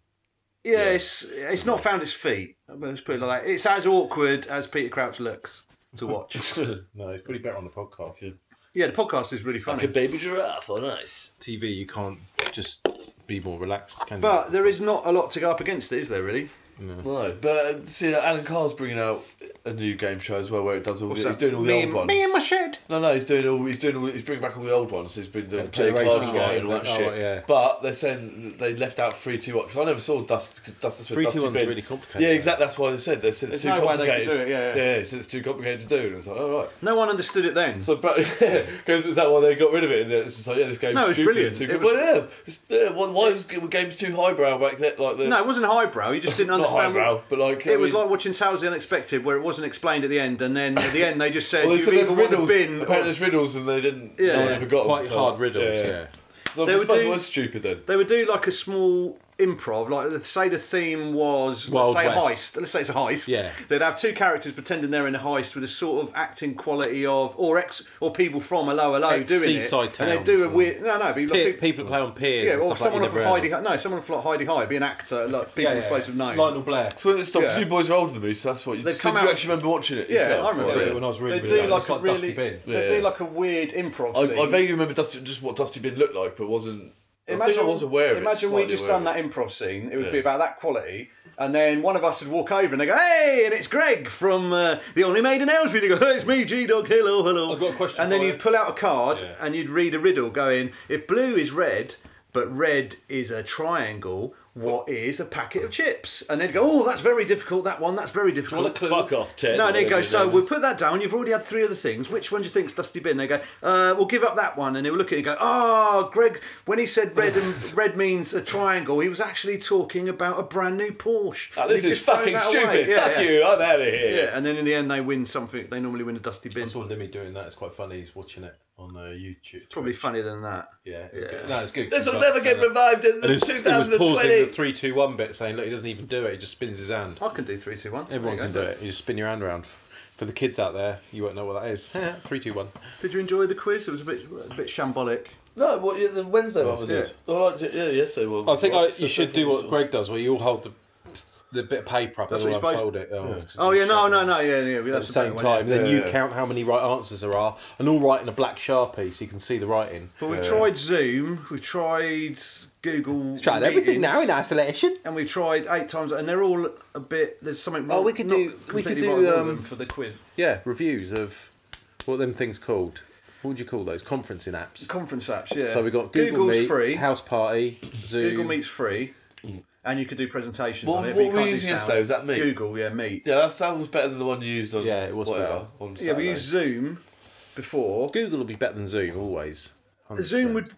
S3: yeah, it's it's not found its feet let's put it like that it's as awkward as Peter Crouch looks to watch
S12: No, it's probably better on the podcast.
S3: yeah the podcast is really funny
S2: Like a baby giraffe oh, on ice.
S1: TV, you can't just be more relaxed, can
S3: but there is not a lot to go up against it is there really
S2: No, but uh, see, like, Alan Carr's bringing out a new game show as well, where it does all. The, he's doing all the
S3: me,
S2: old
S3: and-
S2: ones.
S3: me and my shed
S2: No, no, he's doing all. He's doing all. He's bringing back all the old ones. He's been doing play
S1: Generation
S2: cards right
S1: Game,
S2: and all that
S1: oh,
S2: shit.
S1: right, yeah.
S2: But they're saying that they left out three two one because I never saw Dust. Cause Dust is
S1: Three, two,
S2: Dusty
S1: one's
S2: Bin.
S1: really complicated,
S2: Yeah,
S1: though.
S2: exactly. That's why they said they said it's
S3: There's
S2: too
S3: no way they could
S2: complicated.
S3: do it, yeah,
S2: yeah. so it's too complicated to do. And it's like, all right.
S3: no one understood it then
S2: So, but because is that why they got rid of it? And it's just like, yeah, this game's
S3: No, it's
S2: stupid.
S3: brilliant.
S2: Too
S3: It
S2: good.
S3: was-
S2: Well, yeah, it's, yeah, why why was the games too highbrow back then? Like the
S3: no it wasn't highbrow you just didn't
S2: not
S3: understand what-
S2: highbrow, but like I
S3: It was
S2: mean-
S3: like watching Tales of the Unexpected, where it wasn't explained at the end, and then at the end they just said,
S2: Well, they said
S3: "You
S2: there's
S3: either want a
S2: riddles.
S3: bin."
S2: Apparently,
S3: Or...
S2: there's riddles, and they didn't.
S3: Yeah.
S2: Yeah, they forgot.
S1: Quite
S2: them, so-
S1: hard riddles, yeah.
S2: So
S3: They
S2: I
S3: would
S2: suppose
S3: do-
S2: it was stupid then.
S3: They would do like a small improv, like let's say the theme was
S1: Wild
S3: let's say
S1: West.
S3: a heist. Let's say it's a heist.
S1: Yeah.
S3: They'd have two characters pretending they're in a heist with a sort of acting quality of or ex or people from a lower low
S1: Ex-
S3: doing
S1: seaside
S3: it. And they'd
S1: towns
S3: do a
S1: and-
S3: weird no no, be like
S1: Pe-
S3: people,
S1: people that play on piers.
S3: yeah,
S1: and
S3: or
S1: stuff like
S3: someone
S1: that
S3: from
S1: you never heard
S3: Heidi no, someone from like Heidi High, be an actor, like people
S12: yeah,
S3: are supposed to know.
S12: Lionel Blair.
S2: So when it stops,
S3: Yeah.
S2: you boys are older than me, so that's what you.
S3: They've
S2: so
S3: come
S2: do you
S3: out-
S2: actually remember watching it?
S3: Yeah,
S2: yourself?
S3: I remember
S2: Yeah.
S3: it
S12: When I was really,
S3: They
S12: really
S3: do
S12: young.
S3: like
S12: It's
S3: a really,
S12: Dusty Bin.
S3: they
S2: Yeah.
S3: do like a weird improv.
S2: I,
S3: scene.
S2: I vaguely remember Dusty, just what Dusty Bin looked like, but wasn't. I think I was aware of it.
S3: Imagine we
S2: slightly
S3: just
S2: aware
S3: done
S2: of
S3: that
S2: it.
S3: improv scene. It would be
S2: Yeah.
S3: about that quality, and then one of us would walk over and they go, "Hey, and it's Greg from uh, the Only Made in Aylesbury." You go, "Hey, "It's me, G Dog. Hello, hello."
S12: I've got a question
S3: And then
S12: for
S3: you'd
S12: you.
S3: pull out a card
S12: Yeah.
S3: and you'd read a riddle, going, "If blue is red, but red is a triangle." What is a packet of chips? And they'd go, oh, that's very difficult. That one, that's very difficult.
S2: Fuck off, Ted.
S3: No, they
S2: whatever
S3: go,
S2: his
S3: so
S2: name
S3: we'll
S2: is.
S3: put that down. You've already had three other things. Which one do you think's Dusty Bin? They go, uh, we'll give up that one. And he'll look at it and go, oh, Greg, when he said red and red means a triangle, he was actually talking about a brand new Porsche.
S2: Ah,
S3: And
S2: this
S3: he'd
S2: is
S3: just throw
S2: fucking
S3: that
S2: stupid.
S3: away. Yeah,
S2: Fuck
S3: yeah.
S2: you. I'm out of here.
S3: Yeah, and then in the end, they win something. They normally win a Dusty
S12: I
S3: Bin.
S12: saw Limmy doing that. It's quite funny. He's watching it on uh, YouTube.
S3: Probably
S12: Twitch.
S3: funnier than that.
S12: Yeah. It was
S3: Yeah.
S12: Good. No, it's good.
S2: This will
S12: Like,
S2: never
S12: so uh,
S2: get
S12: that-
S2: revived in
S1: And it was, it was
S2: 2020.
S1: pausing the three, two, one bit, saying, "Look, he doesn't even do it. He just spins his hand."
S3: I can do three, two, one. There
S1: Everyone
S3: you
S1: can
S3: go.
S1: do it. You just spin your hand around. For the kids out there, you won't know what that is. three, two, one.
S3: Did you enjoy the quiz? It was a bit, a bit shambolic.
S2: No, what, yeah, the Wednesday one was
S3: yeah.
S2: it? I liked it. Yeah, yesterday one.
S1: I think I,
S2: So
S1: you should do
S2: definitely
S1: what Greg does, where you all hold the the bit of paper up
S3: That's
S1: and
S3: what
S1: all
S3: you're supposed
S1: unfold it. Oh, it's
S3: Oh yeah, no,
S1: shocking.
S3: no, no, yeah, yeah.
S1: At
S3: That's
S1: the
S3: a
S1: same
S3: better one, yeah.
S1: time, then you
S2: Yeah.
S1: count how many right answers there are, and all write in a black sharpie so you can see the writing.
S3: But we've tried Zoom, we've tried Google,
S10: Tried everything now in
S3: Meetings.
S10: isolation.
S3: and we tried eight times, and they're all a bit. There's something wrong.
S10: Oh, we could
S3: not
S10: do- we could
S3: completely
S10: do,
S3: right with all of
S10: um,
S3: them for the quiz.
S1: Yeah, reviews of what them things called. what would you call those conferencing apps?
S3: Conference apps, yeah.
S1: So we got Google
S3: Google's
S1: Meet,
S3: free.
S1: House Party, Zoom.
S3: Google Meet's free, and you could do presentations
S2: What-
S3: on it.
S2: what
S3: but you
S2: were
S3: can't
S2: you
S3: do
S2: using
S3: sound.
S2: yesterday? Was that Meet?
S3: Google, yeah, Meet.
S2: Yeah, that's, that was better than the one you used on.
S1: Yeah, it was
S2: whatever,
S1: better.
S2: On
S3: Yeah, we
S2: Saturday.
S3: used Zoom before.
S1: Google will be better than Zoom always.
S3: Zoom would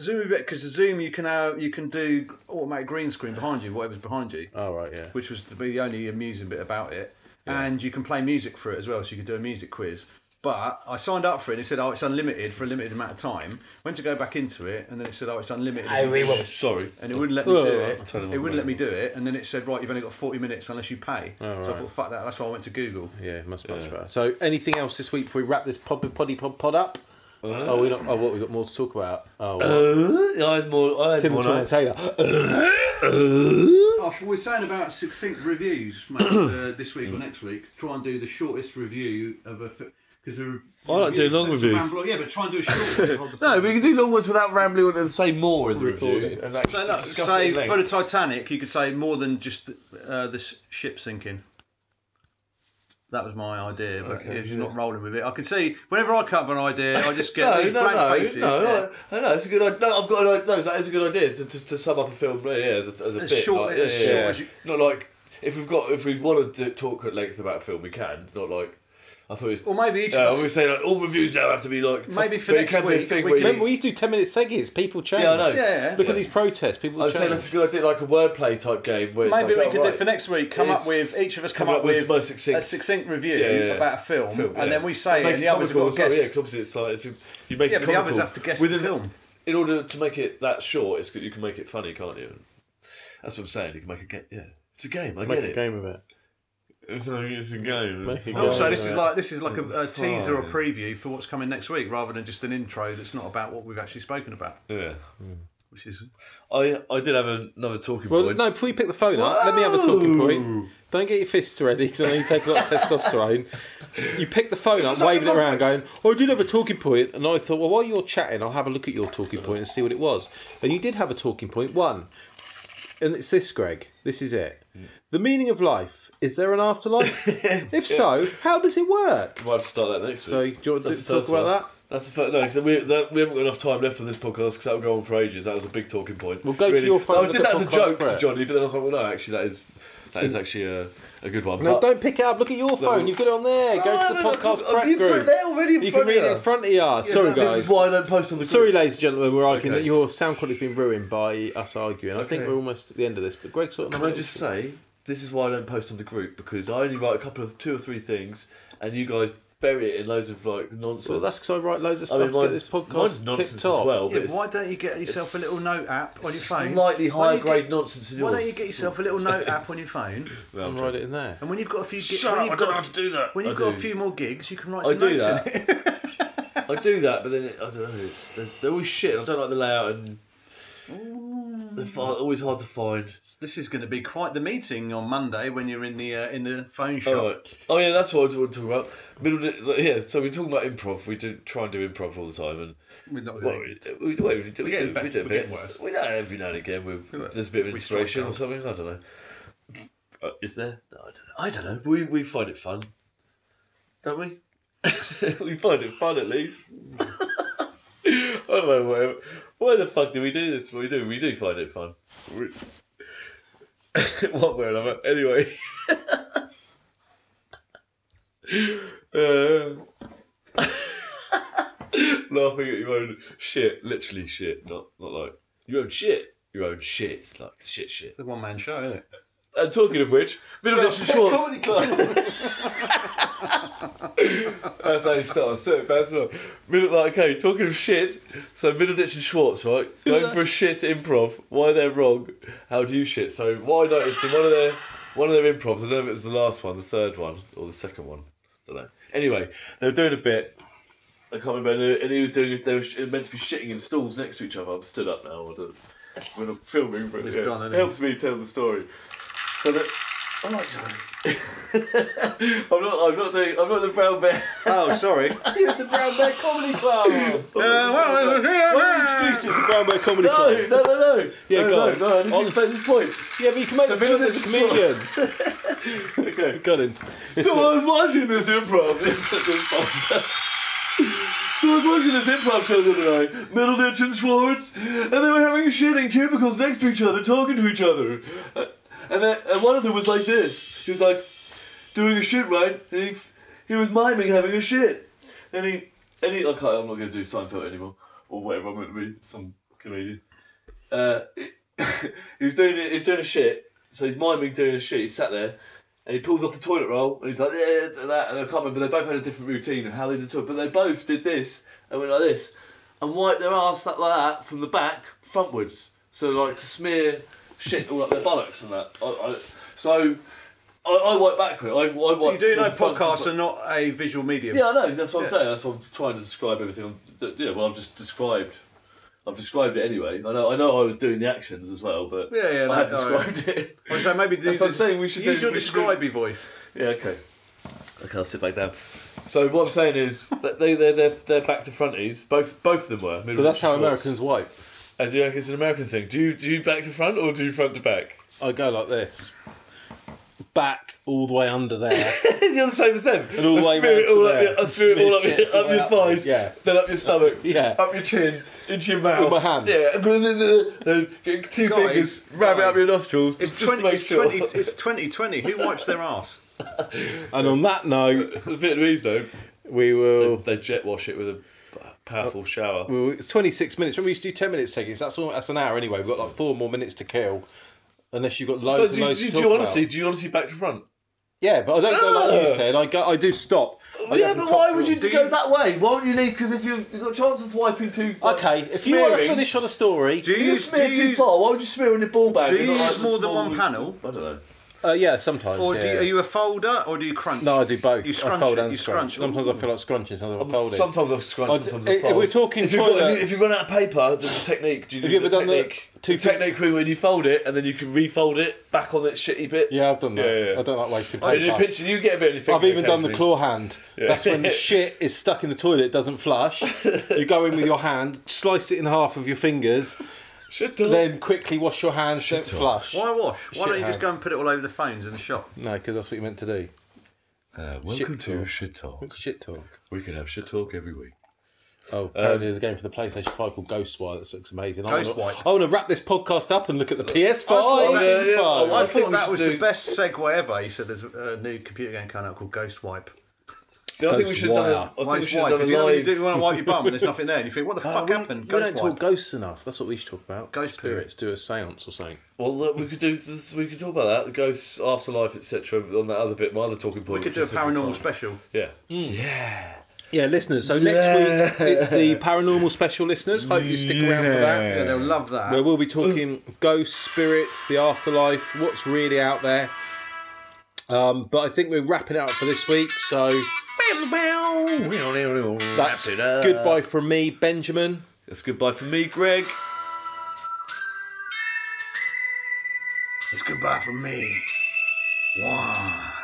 S3: Zoom would be because Zoom you can now you can do automatic green screen behind you, whatever's behind you,
S1: Oh right, yeah.
S3: which was to be the only amusing bit about it. And you can play music for it as well, so you could do a music quiz. But I signed up for it and it said, oh, it's unlimited for a limited amount of time. Went to go back into it and then it said, oh, it's unlimited. if you
S2: Sorry.
S3: and it wouldn't let me do
S2: I'll
S3: it.
S2: tell you
S3: It
S2: what,
S3: wouldn't let me do it, and then it said, "Right, you've only got forty minutes unless you pay."
S2: Oh,
S3: so I
S1: right.
S3: thought, "Fuck that!" That's why I went to Google.
S1: Yeah, much much better. So, anything else this week before we wrap this pod poddy pod pod up? oh, we not. Oh, what we got more to talk about? Oh, what?
S2: Uh-huh. Uh, I had more. I had
S1: Tim
S2: more
S1: and Tom and
S2: notes.
S1: Taylor.
S2: Uh?
S8: Oh, we're saying about succinct reviews, mate, uh, this week or next week. Try and do the shortest review of a. Because
S2: I like doing long reviews.
S8: Yeah, but try and do a short one.
S2: No, we can do long ones without rambling on and say more in the review. And like,
S8: No, no,
S2: discuss
S8: say
S2: it at
S8: for the
S2: length.
S8: Titanic, you could say more than just uh, the s- ship sinking. That was my idea, but if you're not rolling with it, I can see whenever I come up with an idea, I just get
S2: No,
S8: these
S2: no,
S8: blank
S2: no,
S8: faces.
S2: no,
S8: yeah.
S2: I- I know it's a good idea. No, I've got an idea. No, that is a good idea to, to, to sum up a film. Yeah, yeah as a, as a
S8: As
S2: bit.
S8: short-
S2: like,
S8: as
S2: yeah,
S8: short
S2: yeah.
S8: as you-
S2: Not like if we've got if we want to talk at length about a film, we can. Not like I thought it's.
S3: Or maybe each.
S2: Yeah,
S3: of
S2: I would
S3: us-
S2: say like all reviews now have to be like.
S3: Maybe for
S2: but it
S3: next
S2: can be a
S3: week,
S2: thing
S3: we
S2: where
S3: can-
S2: you-
S1: Remember, we used to do ten minute segues. People change.
S2: Yeah, I know.
S3: yeah.
S1: Look at these protests. People
S2: I'm
S1: change.
S2: saying that's a good idea, like a wordplay type game where it's
S3: Maybe
S2: like,
S3: we could
S2: oh,
S3: do
S2: right.
S3: for next week. Come up
S2: It's-
S3: with each of us. Come
S2: come
S3: up
S2: up with
S3: with
S2: the most succinct-
S3: a succinct review
S2: Yeah, yeah,
S3: about a film,
S2: film,
S3: and
S2: yeah.
S3: then we say, it
S2: Make
S3: and
S2: it
S3: the others have got
S2: comical as
S3: to
S2: well,
S3: guess.
S2: Yeah, because obviously it's like it's a, you make
S3: Yeah,
S2: it
S3: but the others
S2: comical.
S3: have to guess the
S2: Within-
S3: film.
S2: In order to make it that short, it's good. You can make it funny, can't you? That's what I'm saying. You can make a game. Yeah, it's a game. I
S1: Make
S2: get
S1: a
S2: it.
S1: game of it.
S2: It's a it's a game.
S1: Make a
S2: Oh,
S1: game.
S3: So
S2: so
S3: this is
S1: Yeah.
S3: like this is like a, a teaser or
S2: Fine.
S3: preview for what's coming next week, rather than just an intro that's not about what we've actually spoken about.
S2: yeah.
S3: Which is
S2: I I did have another talking
S1: Well,
S2: point. Oh!
S1: no. Before you pick the phone up, let me have a talking point. Don't get your fists ready because I know you take a lot of testosterone. You pick the phone up, waving it around, going, "Oh, I did have a talking point," and I thought, "Well, while you're chatting, I'll have a look at your talking point and see what it was." And you did have a talking point one, and it's this, Greg. This is it. The meaning of life. Is there an afterlife? if so, how does it work?
S2: Might have to start that next week.
S1: So, do you want to
S2: That's the
S1: talk
S2: first
S1: about
S2: one.
S1: that?
S2: That's the first. No, because we, that- we haven't got enough time left on this podcast because that will go on for ages. That was a big talking point.
S1: Well, go to your phone and
S2: No, I
S1: look
S2: did that
S1: at
S2: as a
S1: podcast
S2: joke to
S1: prep. Mm.
S2: Johnny, but then I was like, well, no, actually, that is that is actually a, a good one.
S1: No,
S2: But-
S1: don't pick it up. Look at your phone. You've got it on there. Go
S2: No,
S1: to the
S2: no, no,
S1: podcast
S2: I've-
S1: prep
S2: you've got it
S1: group.
S2: there already in
S1: you can
S2: front of
S1: read it
S2: you.
S1: in front of you. Sorry, guys.
S2: This is why I don't post on the.
S1: Sorry,
S2: group.
S1: ladies and gentlemen, we're arguing
S2: Okay.
S1: that your sound quality's been ruined by us arguing. I think
S2: Okay.
S1: we're almost at the end of this, but Greg sort of.
S2: Can I just say this is why I don't post on the group because I only write a couple of two or three things, and you guys bury it in loads of like nonsense.
S1: Well, that's because I write loads of
S2: I
S1: stuff
S2: mean,
S1: to get
S2: mine's,
S1: this
S2: mine's
S1: podcast
S2: nonsense
S1: tipped top.
S2: as well.
S3: yeah,
S2: but
S3: but why don't you get yourself a little note app on your
S2: it's
S3: phone?
S2: Slightly
S3: Why don't
S2: higher
S3: you
S2: grade
S3: get-
S2: nonsense than
S3: Why
S2: yours.
S3: don't you get yourself a little note app on your phone?
S2: No, I'm
S1: And
S2: joking.
S1: write it in there.
S3: And when you've got a few, gigs,
S2: Shut
S3: when
S2: up!
S3: you've
S2: I
S3: got
S2: don't know how to do that.
S3: when you've
S2: I
S3: got
S2: do.
S3: a few more gigs, you can write
S2: I
S3: some
S2: do
S3: notes in it.
S2: that. I do that, but then it, I don't know. It's, they're, they're always shit. I don't like the layout, and they're
S3: Mm.
S2: far, always hard to find.
S3: This is going to be quite the meeting on Monday when you're in the uh, in the phone shop.
S2: All right. Oh yeah, that's what I want to talk about. Middle, di- like, yeah. So we're talking about improv. We do try and do improv all the time, and
S3: We're not
S2: well,
S3: doing it.
S2: we, we, we, we, do- we,
S3: getting
S2: do-
S3: better,
S2: we do a
S3: we're
S2: bit.
S3: getting worse.
S2: We know every now and again we there's a bit of
S3: We strike
S2: inspiration or
S3: out.
S2: something. I don't know. Uh, is there? No, I don't know. I don't know. We we find it fun, don't we? we find it fun at least. I don't know why. Why the fuck do we do this? We do. We do find it fun. We- One way or another. Anyway. Um laughing at your own shit, literally shit, not not like your own shit, your own shit, like shit, shit.
S3: It's a one man show, isn't it?
S2: And talking of which, bit of Dr. Schwartz. That's how you start a certain fast one. Middle, like, okay, talking of shit, so Middleditch and Schwartz, right? Going for a shit improv. Why they're wrong? How do you shit? So what I noticed in one of their one of their improvs, I don't know if it was the last one, the third one, or the second one. don't know. Anyway, they were doing a bit. I can't remember, and he was doing. They were sh- meant to be shitting in stalls next to each other. I'm stood up now. I don't. We're not filming, but yeah,
S3: gone, isn't it?
S2: helps me tell the story. So that. I like Johnny. I'm not. I'm not doing. I'm not the brown bear.
S3: Oh, sorry.
S2: the brown bear comedy club.
S1: Introduce us to Brown Bear Comedy
S2: No,
S1: Club.
S2: no, no, no.
S1: Yeah,
S2: no,
S1: go
S2: no,
S1: on.
S2: no. I need to
S1: On-
S2: explain this point.
S1: Yeah, but you can make
S2: So
S1: the film as
S2: Middle
S1: a
S2: Ditch and Schwartz.
S1: comedian.
S2: Okay.
S1: Got him.
S2: So I was watching this improv. this podcast. So I was watching this improv show the other night, Middle Ditch and Schwartz, and they were having a shit in cubicles next to each other, talking to each other. Uh, And then and one of them was like this. He was like doing a shit right, and he f- he was miming having a shit. And he and he okay, I'm not gonna do Seinfeld anymore or whatever I'm gonna be some comedian. Uh, he was doing it. He was doing a shit. So he's miming doing a shit. He sat there. And he pulls off the toilet roll and he's like, yeah, do that. And I can't remember, they both had a different routine of how they did the toilet, but they both did this and went like this and wiped their ass that, like that from the back frontwards. So, like, to smear shit all up their bollocks and that. I, I, so, I, I wipe backward. I, I wipe
S3: You do
S2: from
S3: know
S2: front to
S3: podcasts
S2: back.
S3: are not a visual medium.
S2: Yeah, I know. That's what I'm saying. That's what I'm trying to describe everything. I'm, th- yeah, well, I've just described. I've described it anyway. I know. I know. I was doing the actions as well, but
S3: Yeah, yeah,
S2: I have
S3: that- alright.
S2: described it.
S3: So maybe do,
S2: That's what I'm saying, we should
S3: use
S2: do-
S3: your
S2: we should do-
S3: describey voice.
S2: Yeah. Okay. Okay, I'll sit back down. So what I'm saying is that they they they're, they're back to fronties. Both both of them were.
S1: But that's how Americans wipe.
S2: And Uh, do you reckon it's an American thing? Do you do you back to front or do you front to back?
S1: I go like this. Back all the way under there.
S2: You're the same as them. And
S1: all the way round to
S2: all up
S1: there.
S2: your, I spew it all up,
S1: Smear it
S2: your, up your thighs,
S1: yeah.
S2: then up your stomach,
S1: Yeah.
S2: up your chin, into your mouth.
S1: With my hands.
S2: Yeah, and get two fingers, ram it up your nostrils,
S3: It's,
S2: just to
S3: 20,
S2: make
S3: it's,
S2: sure.
S3: 20, it's 2020. Who wipes their ass?
S1: and on that note,
S2: The Vietnamese, though,
S1: we will.
S2: they jet wash it with a powerful shower.
S1: Well, it's 26 minutes. Remember, we used to do 10 minutes seconds. That's all, that's an hour anyway. We've got like four more minutes to kill. Unless you've got
S2: So
S1: loads
S2: do,
S1: and
S2: you-
S1: loads
S2: do, you-
S1: to
S2: do
S1: talk
S2: you honestly,
S1: about.
S2: do you honestly back to front?
S1: Yeah, but I don't go like you
S2: Ugh.
S1: said. I go, I do stop.
S2: Oh,
S1: I go from top to bottom.
S2: go that way? Why would you leave? Because if you've got a chance of wiping too
S1: Okay, if you want to finish on a story,
S3: Do you, do you use-
S2: far, why would you smear on your ball bag?
S3: do you use more than one panel?
S2: I don't know.
S1: uh, yeah, sometimes.
S3: Or do
S1: yeah.
S3: you, are you a folder or do you crunch?
S1: No, I do both.
S3: You
S1: I
S3: scrunch
S1: fold
S3: it,
S1: and
S3: you
S1: scrunch.
S3: scrunch.
S1: Sometimes I feel like scrunching, sometimes I fold it.
S2: Sometimes I've
S1: I
S2: scrunch,
S1: d-
S2: sometimes
S1: if-
S2: I've
S1: if
S2: fold.
S1: we're talking
S2: if you've, got,
S1: toilet-
S2: if, you, have run out of paper, there's a technique. Do you,
S1: Have
S2: do
S1: you ever
S2: the
S1: done the
S2: technique?
S1: two-
S2: technique where you fold it and then you can refold it back on that shitty bit?
S1: yeah, I've done that.
S2: Yeah, yeah.
S1: I don't like wasting
S2: And you
S1: paper.
S2: pinch and you get a bit of the
S1: I've even done the
S2: occasionally.
S1: claw hand. That's when the shit is stuck in the toilet, it doesn't flush. you go in with your hand, slice it in half with your fingers,
S2: Shut up.
S1: then quickly wash your hands, don't flush.
S3: Why wash? Why don't you just
S1: Shithole.
S3: go and put it all over the phones in the shop?
S1: No, because that's what you're meant to do.
S13: Uh, welcome
S1: Shit
S13: to
S1: talk.
S13: Shit Talk.
S1: Shit talk.
S13: We can have shit talk every week. Um,
S1: Oh, apparently there's a game for the PlayStation 5 called Ghostwire that looks amazing. I wanna-
S3: Ghostwire.
S1: I want to wrap this podcast up and look at the PS5.
S3: Oh, yeah,
S1: info.
S2: yeah. Oh,
S3: I,
S2: I thought
S3: thought
S2: we
S3: that
S2: should
S3: was
S2: do-
S3: the best segue ever. You said there's a new computer game coming out called Ghost Wipe.
S2: See, I think we
S1: Ghost
S2: should have done. a- I
S1: wire.
S2: think
S3: Why
S2: we
S3: is
S2: should
S3: why?
S2: have
S3: Because
S2: done
S3: you
S2: a
S3: know when you
S2: live.
S3: do want to wipe your bum and there's nothing there, and you think, what the
S1: Oh,
S3: fuck
S1: we,
S3: happened?
S1: we don't
S3: Ghost
S1: talk
S3: Wipe.
S1: ghosts enough. That's what we should talk about.
S3: Ghost
S1: spirits do a séance or something.
S2: Well, look, we could do. This, we could talk about that. The ghosts, afterlife, etc. On that other bit, my other talking point.
S3: We could do a
S2: which is
S3: paranormal
S2: simple.
S3: special.
S2: Yeah.
S1: Hmm. Yeah, listeners. So next week it's the paranormal special. Listeners, hope you stick around for that.
S3: Yeah, they'll love that.
S1: Where we'll be talking ghosts, spirits, the afterlife, what's really out there. Um, but I think we're wrapping it up for this week. So that's goodbye from me, Benjamin.
S2: That's goodbye from me, Greg.
S3: It's goodbye from me. Wow.